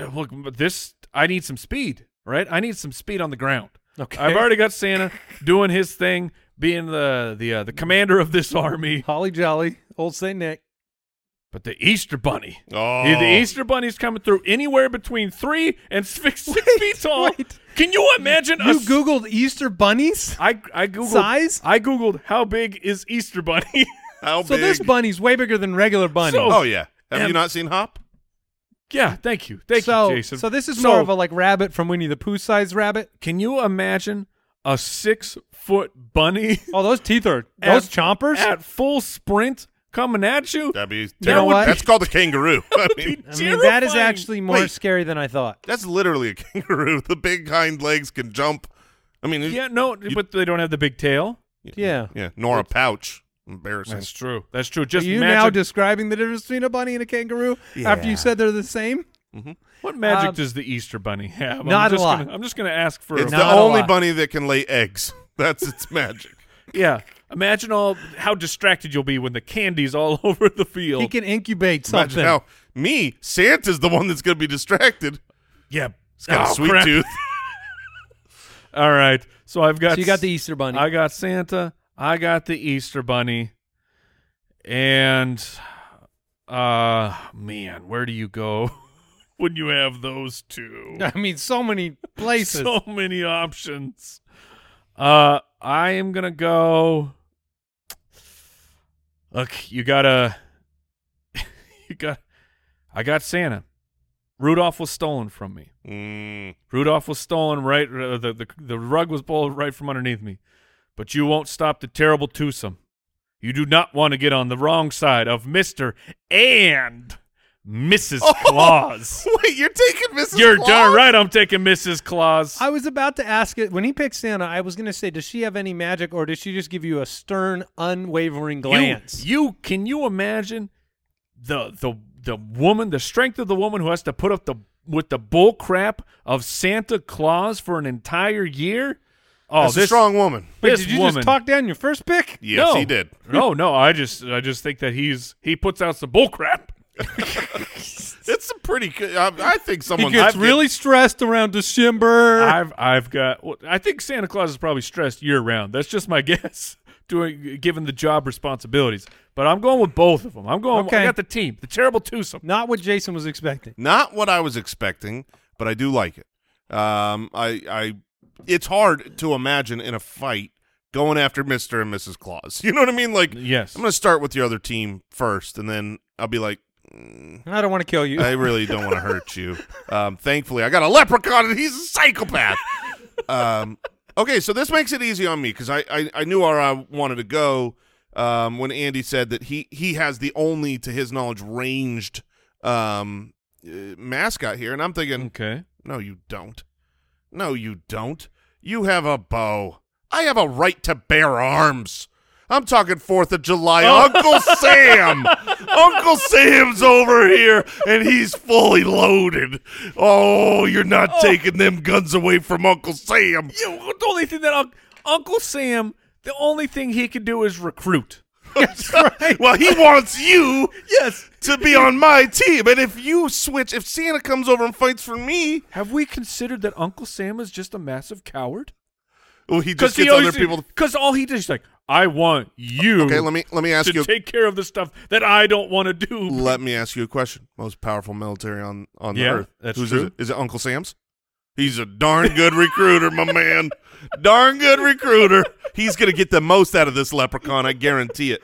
Speaker 2: uh, look, but this. I need some speed, right? I need some speed on the ground.
Speaker 1: okay.
Speaker 2: I've already got Santa doing his thing, being the the uh, the commander of this army.
Speaker 1: Holly Jolly, old Saint Nick.
Speaker 2: But the Easter Bunny,
Speaker 3: Oh.
Speaker 2: the, the Easter Bunny's coming through anywhere between three and six, six feet tall.
Speaker 1: wait.
Speaker 2: Can you imagine? a
Speaker 1: You
Speaker 2: s-
Speaker 1: googled Easter bunnies?
Speaker 2: I I googled
Speaker 1: Size?
Speaker 2: I googled how big is Easter Bunny.
Speaker 3: How
Speaker 1: So
Speaker 3: big?
Speaker 1: this bunny's way bigger than regular bunny.
Speaker 2: So-
Speaker 3: oh yeah. Have
Speaker 2: Em-
Speaker 3: you not seen Hop?
Speaker 2: yeah, thank you, thank
Speaker 1: so,
Speaker 2: you, Jason.
Speaker 1: so this is
Speaker 2: So-
Speaker 1: more of a like rabbit from Winnie the Pooh size rabbit.
Speaker 2: Can you imagine a six foot bunny
Speaker 1: Oh, those teeth are
Speaker 2: At-
Speaker 1: those chompers.
Speaker 2: at full sprint coming at you?
Speaker 3: That'd be
Speaker 2: You know
Speaker 3: terrible.
Speaker 2: what?
Speaker 3: That's called a kangaroo. I mean,
Speaker 1: I mean, that is
Speaker 2: terrifying.
Speaker 1: actually more
Speaker 3: Wait.
Speaker 1: scary than I thought.
Speaker 3: that's literally a kangaroo. The big hind legs can jump. I mean, it-
Speaker 2: Yeah, no, but they don't have the big tail.
Speaker 1: Yeah.
Speaker 3: yeah. Nora Pouch, embarrassing.
Speaker 2: true. That's true. Just
Speaker 1: Are you
Speaker 2: imagine,
Speaker 1: now describing the difference between a bunny and a kangaroo after you said they're the same?
Speaker 2: what magic
Speaker 1: um,
Speaker 2: does the Easter Bunny have?
Speaker 1: not a
Speaker 2: I'm just
Speaker 1: lot.
Speaker 2: Gonna, I'm just going to ask for.
Speaker 3: It's
Speaker 1: No,
Speaker 3: the
Speaker 1: not a
Speaker 3: only
Speaker 1: lot.
Speaker 3: bunny that can lay eggs. That's its magic.
Speaker 2: yeah, imagine all how distracted you'll be when the candy's all over the field.
Speaker 1: He can incubate
Speaker 3: Imagine
Speaker 1: something.
Speaker 3: how me Santa's the one that's going to be distracted.
Speaker 2: yeah, it's
Speaker 3: Got
Speaker 1: Oh,
Speaker 3: a sweet tooth.
Speaker 2: All right, so I've got
Speaker 1: so you got the Easter bunny.
Speaker 2: I got Santa. I got the Easter Bunny. And uh man, where do you go when you have those two?
Speaker 1: I mean, so many places.
Speaker 2: so many options. Uh I am going to go Look, you got to you got I got Santa. Rudolph was stolen from me.
Speaker 3: Mm,
Speaker 2: Rudolph was stolen right. Uh, the, the the rug was pulled right from underneath me. But you won't stop the terrible twosome. You do not want to get on the wrong side of Mister and Mrs.
Speaker 1: Oh,
Speaker 2: Claus.
Speaker 3: Wait, you're taking Mrs.
Speaker 2: You're
Speaker 3: Claus?
Speaker 2: darn right. I'm taking Mrs. Claus.
Speaker 1: I was about to ask it when he picked Santa. I was going to say, does she have any magic, or does she just give you a stern, unwavering
Speaker 2: You-
Speaker 1: glance?
Speaker 2: You, can you imagine the the the woman, the strength of the woman who has to put up the with the bull crap of Santa Claus for an entire year? Oh,
Speaker 3: That's
Speaker 2: this
Speaker 3: a strong woman.
Speaker 1: Wait,
Speaker 2: this
Speaker 1: did you
Speaker 2: woman.
Speaker 1: just talk down your first pick?
Speaker 3: Yes,
Speaker 2: no.
Speaker 3: he did.
Speaker 2: no, no, I just I just think that he's he puts out some bull crap.
Speaker 3: It's a pretty good. I, I think someone.
Speaker 1: he gets
Speaker 3: I've-
Speaker 1: really stressed around December.
Speaker 2: I've I've got well, I think Santa Claus is probably stressed year round. That's just my guess. Doing given the job responsibilities, but I'm going with both of them. I'm going. I
Speaker 1: Okay.
Speaker 2: got the team, the terrible twosome.
Speaker 1: Not what Jason was expecting.
Speaker 3: Not what I was expecting, but I do like it. Um, I, I, it's hard to imagine in a fight going after Mister and Mrs. Claus. You know what I mean? Like,
Speaker 2: Yes.
Speaker 3: I'm going to start with your other team first, and then I'll be like, mm,
Speaker 1: I don't want to kill you.
Speaker 3: I really don't want to hurt you. Um, thankfully, I got a leprechaun, and he's a psychopath. Um, okay, so this makes it easy on me because I, I I knew where I wanted to go um, when Andy said that he he has the only, to his knowledge, ranged um, uh, mascot here, and I'm thinking,
Speaker 2: Okay.
Speaker 3: no, you don't. No, you don't. You have a bow. I have a right to bear arms. I'm talking Fourth of July.
Speaker 2: Oh.
Speaker 3: Uncle Sam! Uncle Sam's over here and he's fully loaded. Oh, you're not taking them guns away from Uncle Sam.
Speaker 2: You, the only thing that Unc- Uncle Sam, the only thing he can do is recruit.
Speaker 3: Well, he wants you
Speaker 2: Yes.
Speaker 3: to be on my team. And if you switch, if Santa comes over and fights for me,
Speaker 2: Have we considered that Uncle Sam is just a massive coward?
Speaker 3: well, he just
Speaker 2: he
Speaker 3: gets other
Speaker 2: always-
Speaker 3: people. To,
Speaker 2: Because all he does is like, I want you.
Speaker 3: okay, let me let me ask
Speaker 2: to
Speaker 3: you.
Speaker 2: take care of the stuff that I don't want to do.
Speaker 3: Let me ask you a question. Most powerful military on on
Speaker 2: Yeah,
Speaker 3: the earth.
Speaker 2: that's
Speaker 3: Who's
Speaker 2: true.
Speaker 3: Is it? Is it Uncle Sam's? He's a darn good recruiter, my man. Darn good recruiter. He's gonna get the most out of this leprechaun. I guarantee it.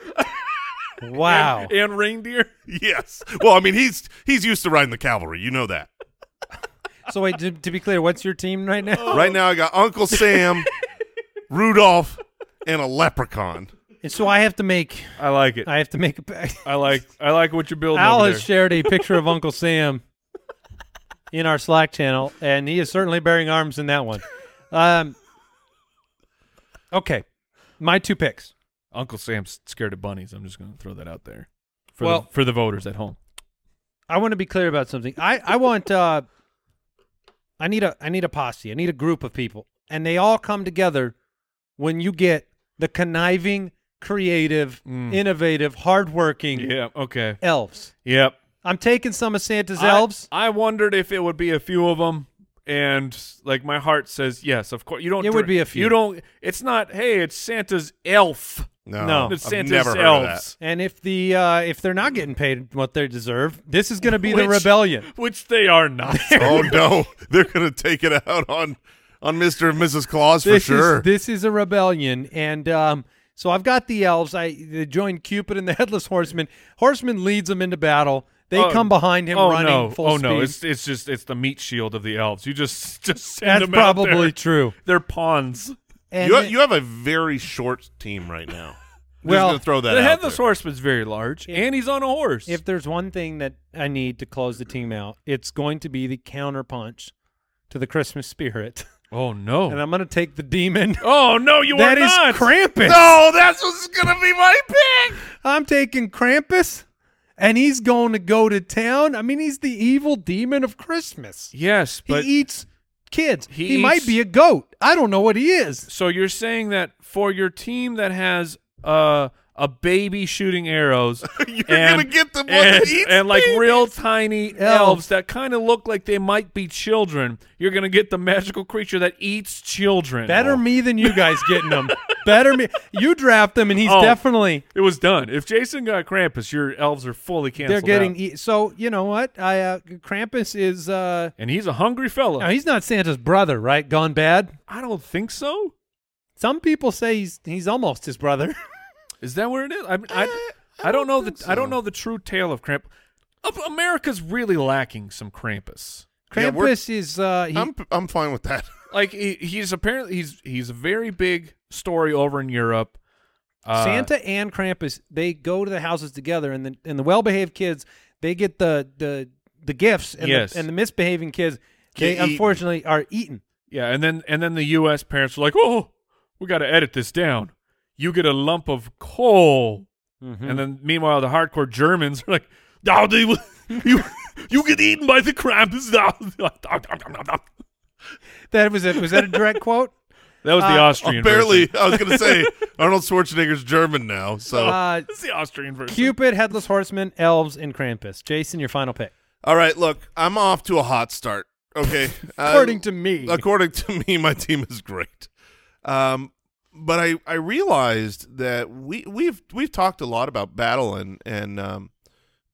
Speaker 1: wow.
Speaker 2: And reindeer.
Speaker 3: Yes. Well, I mean, he's he's used to riding the cavalry. You know that.
Speaker 1: so wait, to, to be clear, what's your team right now?
Speaker 3: Right now, I got Uncle Sam, Rudolph, and a leprechaun.
Speaker 1: And so I have to make.
Speaker 2: I like it. I,
Speaker 1: I have to make a pack.
Speaker 2: like. I like what you're building.
Speaker 1: Al
Speaker 2: over
Speaker 1: has
Speaker 2: there.
Speaker 1: shared a picture of Uncle Sam in our Slack channel, and he is certainly bearing arms in that one. Um, okay, my two picks.
Speaker 2: Uncle Sam's scared of bunnies. I'm just going to throw that out there for
Speaker 1: Well-
Speaker 2: the, for the voters at home.
Speaker 1: I want to be clear about something. I I want uh I need a I need a posse. I need a group of people. And they all come together when you get the conniving, creative,
Speaker 2: Mm.
Speaker 1: innovative, hardworking
Speaker 2: Yeah. Okay.
Speaker 1: elves.
Speaker 2: Yep.
Speaker 1: I'm taking some of Santa's
Speaker 2: I-
Speaker 1: elves.
Speaker 2: I, wondered if it would be a few of them, and like my heart says yes. Of course, you don't.
Speaker 1: It would
Speaker 2: dir-
Speaker 1: be a few.
Speaker 2: You don't. It's not. Hey, it's Santa's elf.
Speaker 3: No,
Speaker 1: No.
Speaker 2: it's
Speaker 3: I've
Speaker 2: Santa's
Speaker 3: never heard of
Speaker 2: elves,
Speaker 1: And if the uh if they're not getting paid what they deserve, this is going to be the
Speaker 2: Which-
Speaker 1: rebellion.
Speaker 2: which they are not.
Speaker 3: oh no, they're gonna take it out on on Mister and Mrs. Claus for
Speaker 1: this
Speaker 3: sure.
Speaker 1: Is, this is a rebellion, and um, so I've got the elves. I they join Cupid and the headless horseman. Horseman leads them into battle. They
Speaker 2: Oh,
Speaker 1: come behind him
Speaker 2: oh
Speaker 1: running
Speaker 2: no!
Speaker 1: full
Speaker 2: oh
Speaker 1: speed.
Speaker 2: no! It's it's just it's the meat shield of the elves. You just just send
Speaker 1: That's
Speaker 2: them out there.
Speaker 1: probably true.
Speaker 2: They're pawns.
Speaker 1: And
Speaker 3: you, ha-
Speaker 1: the-
Speaker 3: you have a very short team right now. I'm
Speaker 1: Well,
Speaker 3: just gonna throw that
Speaker 2: the
Speaker 3: out
Speaker 2: headless
Speaker 3: there.
Speaker 2: horseman's very large, and he's on a horse.
Speaker 1: if there's one thing that I need to close the team out, it's going to be the counterpunch to the Christmas spirit,
Speaker 2: oh no!
Speaker 1: and I'm going to take the demon.
Speaker 2: oh no! You
Speaker 1: that
Speaker 2: are
Speaker 1: is
Speaker 2: not.
Speaker 1: Krampus.
Speaker 3: No, that's what's gonna be my pick.
Speaker 1: I'm taking Krampus, and he's going to go to town. I mean, he's the evil demon of Christmas.
Speaker 2: yes, but
Speaker 1: he eats kids.
Speaker 2: He
Speaker 1: He,
Speaker 2: eats-
Speaker 1: might be a goat. I don't know what he is.
Speaker 2: So you're saying that for your team that has uh, a baby shooting arrows,
Speaker 3: You're
Speaker 2: and,
Speaker 3: gonna get the one
Speaker 2: and,
Speaker 3: that eats
Speaker 2: and like
Speaker 3: babies.
Speaker 2: real tiny elves,
Speaker 1: Elves.
Speaker 2: that kind of look like they might be children. You're gonna get the magical creature that eats children.
Speaker 1: Better me than you guys getting him. Better me. You draft him, and he's
Speaker 2: Oh.
Speaker 1: definitely
Speaker 2: It was done. If Jason got Krampus, your elves are fully
Speaker 1: they're
Speaker 2: canceled.
Speaker 1: getting.
Speaker 2: out.
Speaker 1: E- so you know what? I uh, Krampus is. uh
Speaker 2: and he's a hungry fella.
Speaker 1: now, He's not Santa's brother, right? Gone bad.
Speaker 2: I don't think so.
Speaker 1: Some people say he's he's almost his brother.
Speaker 2: Is that where it is? I mean,
Speaker 1: Eh,
Speaker 2: I, I, don't know the I don't know the true tale of Krampus. Of- America's really lacking some Krampus.
Speaker 3: Yeah, we're-
Speaker 1: Krampus is. Uh, he,
Speaker 3: I'm I'm fine with that.
Speaker 2: like he, he's apparently he's he's a very big story over in Europe. Uh,
Speaker 1: Santa and Krampus they go to the houses together, and the and the well behaved kids they get the the the gifts, and
Speaker 2: Yes.
Speaker 1: the, and the misbehaving kids
Speaker 3: Get
Speaker 1: they
Speaker 3: eaten.
Speaker 1: unfortunately are eaten.
Speaker 2: yeah, and then and then the U.S. parents were like, "Oh, we got to edit this down. You get a lump of coal."
Speaker 3: Mm-hmm.
Speaker 2: And then meanwhile, the hardcore Germans are like, "No, they will- you you get eaten by the Krampus." that
Speaker 1: That was it. Was that a direct quote?
Speaker 2: was the
Speaker 1: Uh,
Speaker 2: Austrian.
Speaker 3: Barely.
Speaker 2: version.
Speaker 3: I was gonna say Arnold Schwarzenegger's German now,
Speaker 2: Oh.
Speaker 3: so
Speaker 1: Uh,
Speaker 2: It's the Austrian version.
Speaker 1: Cupid, headless horseman, elves, and Krampus. Jason, your final pick.
Speaker 3: All right, look, I'm off to a hot start. Okay, Uh,
Speaker 1: According to me,
Speaker 3: according to me, my team is great. Um, but I I realized that we we've we've talked a lot about battle and and um,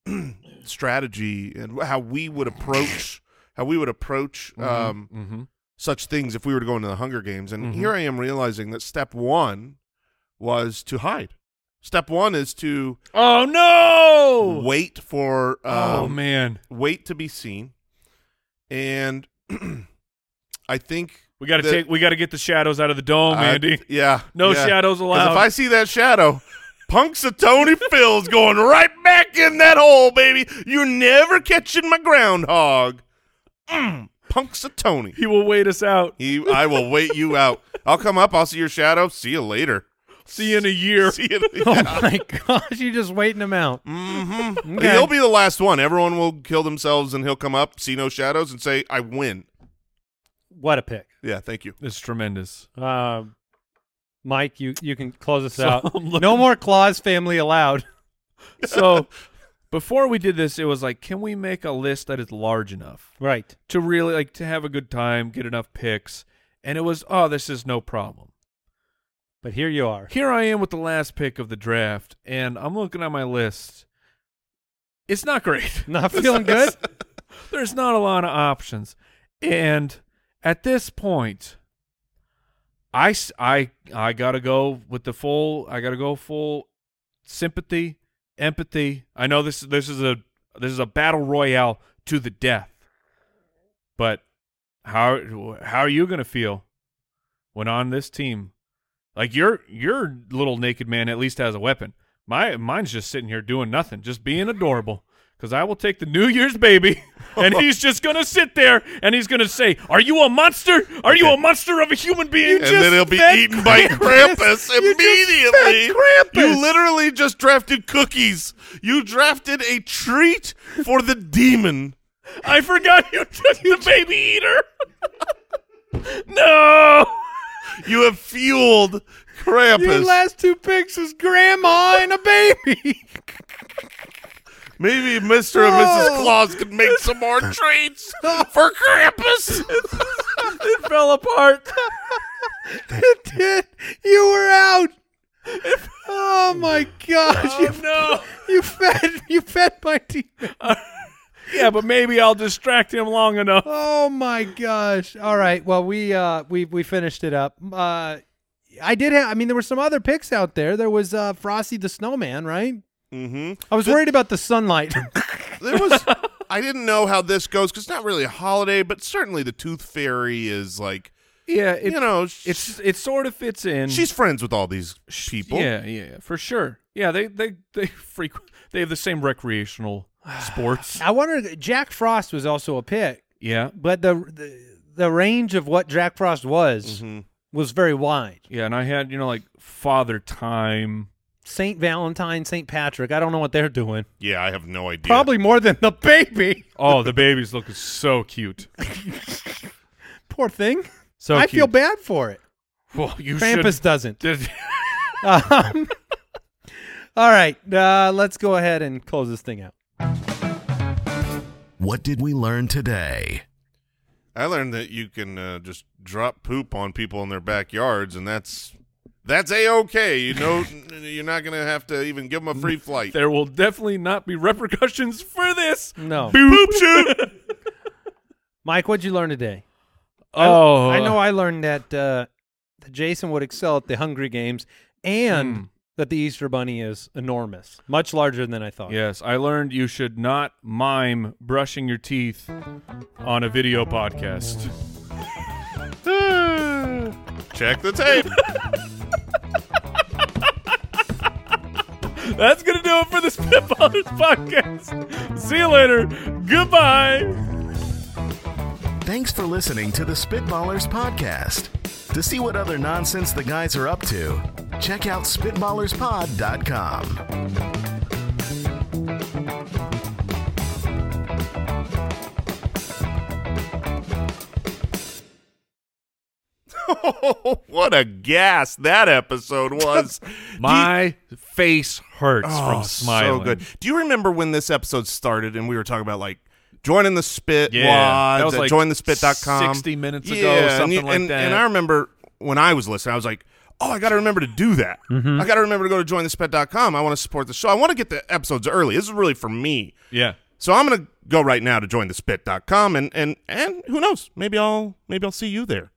Speaker 3: strategy and how we would approach how we would approach um,
Speaker 2: Mm-hmm.
Speaker 3: such things if we were to go into the Hunger Games. And
Speaker 2: Mhm.
Speaker 3: here I am realizing that step one was to hide. Step one is to
Speaker 2: Oh no!
Speaker 3: wait for
Speaker 2: oh
Speaker 3: um,
Speaker 2: man,
Speaker 3: wait to be seen. And I think
Speaker 2: we got to
Speaker 3: the-
Speaker 2: take we got to get the shadows out of the dome,
Speaker 3: I-
Speaker 2: Andy.
Speaker 3: yeah,
Speaker 2: Oh, No
Speaker 3: yeah.
Speaker 2: shadows
Speaker 3: 'Cause
Speaker 2: allowed.
Speaker 3: If I see that shadow, punks of Tony Phil's going right back in that hole, baby. You're never catching my groundhog. Mm, punks of Tony.
Speaker 2: he will wait us out.
Speaker 3: He, I will wait you out. I'll come up. I'll see your shadow. See you later.
Speaker 2: See you in a year.
Speaker 3: See you.
Speaker 1: oh my gosh, you're just waiting him out.
Speaker 3: hmm
Speaker 1: Okay.
Speaker 3: He'll be the last one. Everyone will kill themselves, and he'll come up, see no shadows, and say, "I win."
Speaker 1: What a pick,
Speaker 3: Yeah, thank you.
Speaker 2: It's tremendous.
Speaker 1: uh, Mike. You you can close us
Speaker 2: So
Speaker 1: out.
Speaker 2: I'm looking-
Speaker 1: No more Claus family allowed.
Speaker 2: So before we did this, it was like, can we make a list that is large enough
Speaker 1: Right.
Speaker 2: to really like to have a good time, get enough picks? And it was, oh, this is no problem.
Speaker 1: But here you are.
Speaker 2: Here I am with the last pick of the draft, and I'm looking at my list. It's not great.
Speaker 1: Not feeling good?
Speaker 2: There's not a lot of options. And at this point, I s- I I got to go with the full I got to go full sympathy, empathy. I know this this is a this is a battle royale to the death. But how how are you going to feel when on this team? Like your your little naked man at least has a weapon. My mine's just sitting here doing nothing, just being adorable. because I will take the New Year's baby, and he's just gonna sit there and he's gonna say, "Are you a monster? Are you a monster of a human being?"
Speaker 3: and then he'll be eaten by Krampus immediately. You literally just drafted cookies. You drafted a treat for the demon.
Speaker 2: I forgot you took the baby eater. no.
Speaker 3: You have fueled Krampus.
Speaker 1: last two picks is grandma and a baby.
Speaker 3: Maybe Mr. and Mrs. Claus could make some more treats for Krampus.
Speaker 2: It fell apart.
Speaker 1: it did. You were out. Oh my gosh! you,
Speaker 2: no.
Speaker 1: you fed you fed my team.
Speaker 2: Yeah, but maybe I'll distract him long enough.
Speaker 1: Oh my gosh! All right. Well, we uh we we finished it up. Uh, I did. Ha- I mean, there were some other picks out there. There was uh Frosty the Snowman, right?
Speaker 3: mm-hmm.
Speaker 1: I was worried about the sunlight.
Speaker 3: There was. I didn't know how this goes because it's not really a holiday, but certainly the Tooth Fairy is like
Speaker 2: Yeah, it,
Speaker 3: you know sh-
Speaker 2: it's it sort of fits in.
Speaker 3: she's friends with all these people.
Speaker 2: Yeah, yeah, for sure. Yeah, they they they frequent. They have the same recreational sports.
Speaker 1: I wonder. Jack Frost was also a pick,
Speaker 2: Yeah,
Speaker 1: but the the, the range of what Jack Frost was
Speaker 2: Mm-hmm.
Speaker 1: was very wide.
Speaker 2: yeah, and I had you know like Father Time.
Speaker 1: Saint Valentine, Saint Patrick. I don't know what they're doing.
Speaker 3: Yeah, I have no idea.
Speaker 1: Probably more than the baby.
Speaker 2: Oh, the baby's looking so cute.
Speaker 1: Poor thing.
Speaker 2: So
Speaker 1: I
Speaker 2: cute.
Speaker 1: feel bad for it.
Speaker 2: Well, you
Speaker 1: Krampus doesn't.
Speaker 2: should.
Speaker 1: Um, all right, uh, let's go ahead and close this thing out.
Speaker 4: What did we learn today?
Speaker 3: I learned that you can uh, just drop poop on people in their backyards, and that's that's a okay. You know, you're not gonna have to even give them a free flight.
Speaker 2: there will definitely not be repercussions for this.
Speaker 1: No,
Speaker 2: Boop shoot.
Speaker 1: Mike, what'd you learn today?
Speaker 2: oh,
Speaker 1: I know I learned that uh, that Jason would excel at the Hungry Games, and
Speaker 2: Hmm.
Speaker 1: that the Easter Bunny is enormous, much larger than I thought.
Speaker 2: Yes, I learned you should not mime brushing your teeth on a video podcast.
Speaker 3: Check the tape.
Speaker 2: That's going to do it for the Spitballers podcast. See you later. Goodbye.
Speaker 4: Thanks for listening to the Spitballers Podcast. To see what other nonsense the guys are up to, check out SpitballersPod.com.
Speaker 3: what a gas that episode was.
Speaker 2: My face hurts
Speaker 3: Oh,
Speaker 2: from smiling.
Speaker 3: so good. Do you remember when this episode started and we were talking about like joining the spit
Speaker 2: Yeah,
Speaker 3: wads
Speaker 2: that was
Speaker 3: at
Speaker 2: like
Speaker 3: jointhespit.com
Speaker 2: 60 minutes ago,
Speaker 3: yeah, and
Speaker 2: something
Speaker 3: you-
Speaker 2: like
Speaker 3: and-
Speaker 2: that.
Speaker 3: And I remember when I was listening, I was like, oh, I got to remember to do that.
Speaker 2: Mm-hmm.
Speaker 3: I got to remember to go to jointhespit.com. I want to support the show. I want to get the episodes early. This is really for me.
Speaker 2: Yeah.
Speaker 3: So I'm going to go right now to jointhespit.com and and and who knows? Maybe I'll maybe I'll see you there.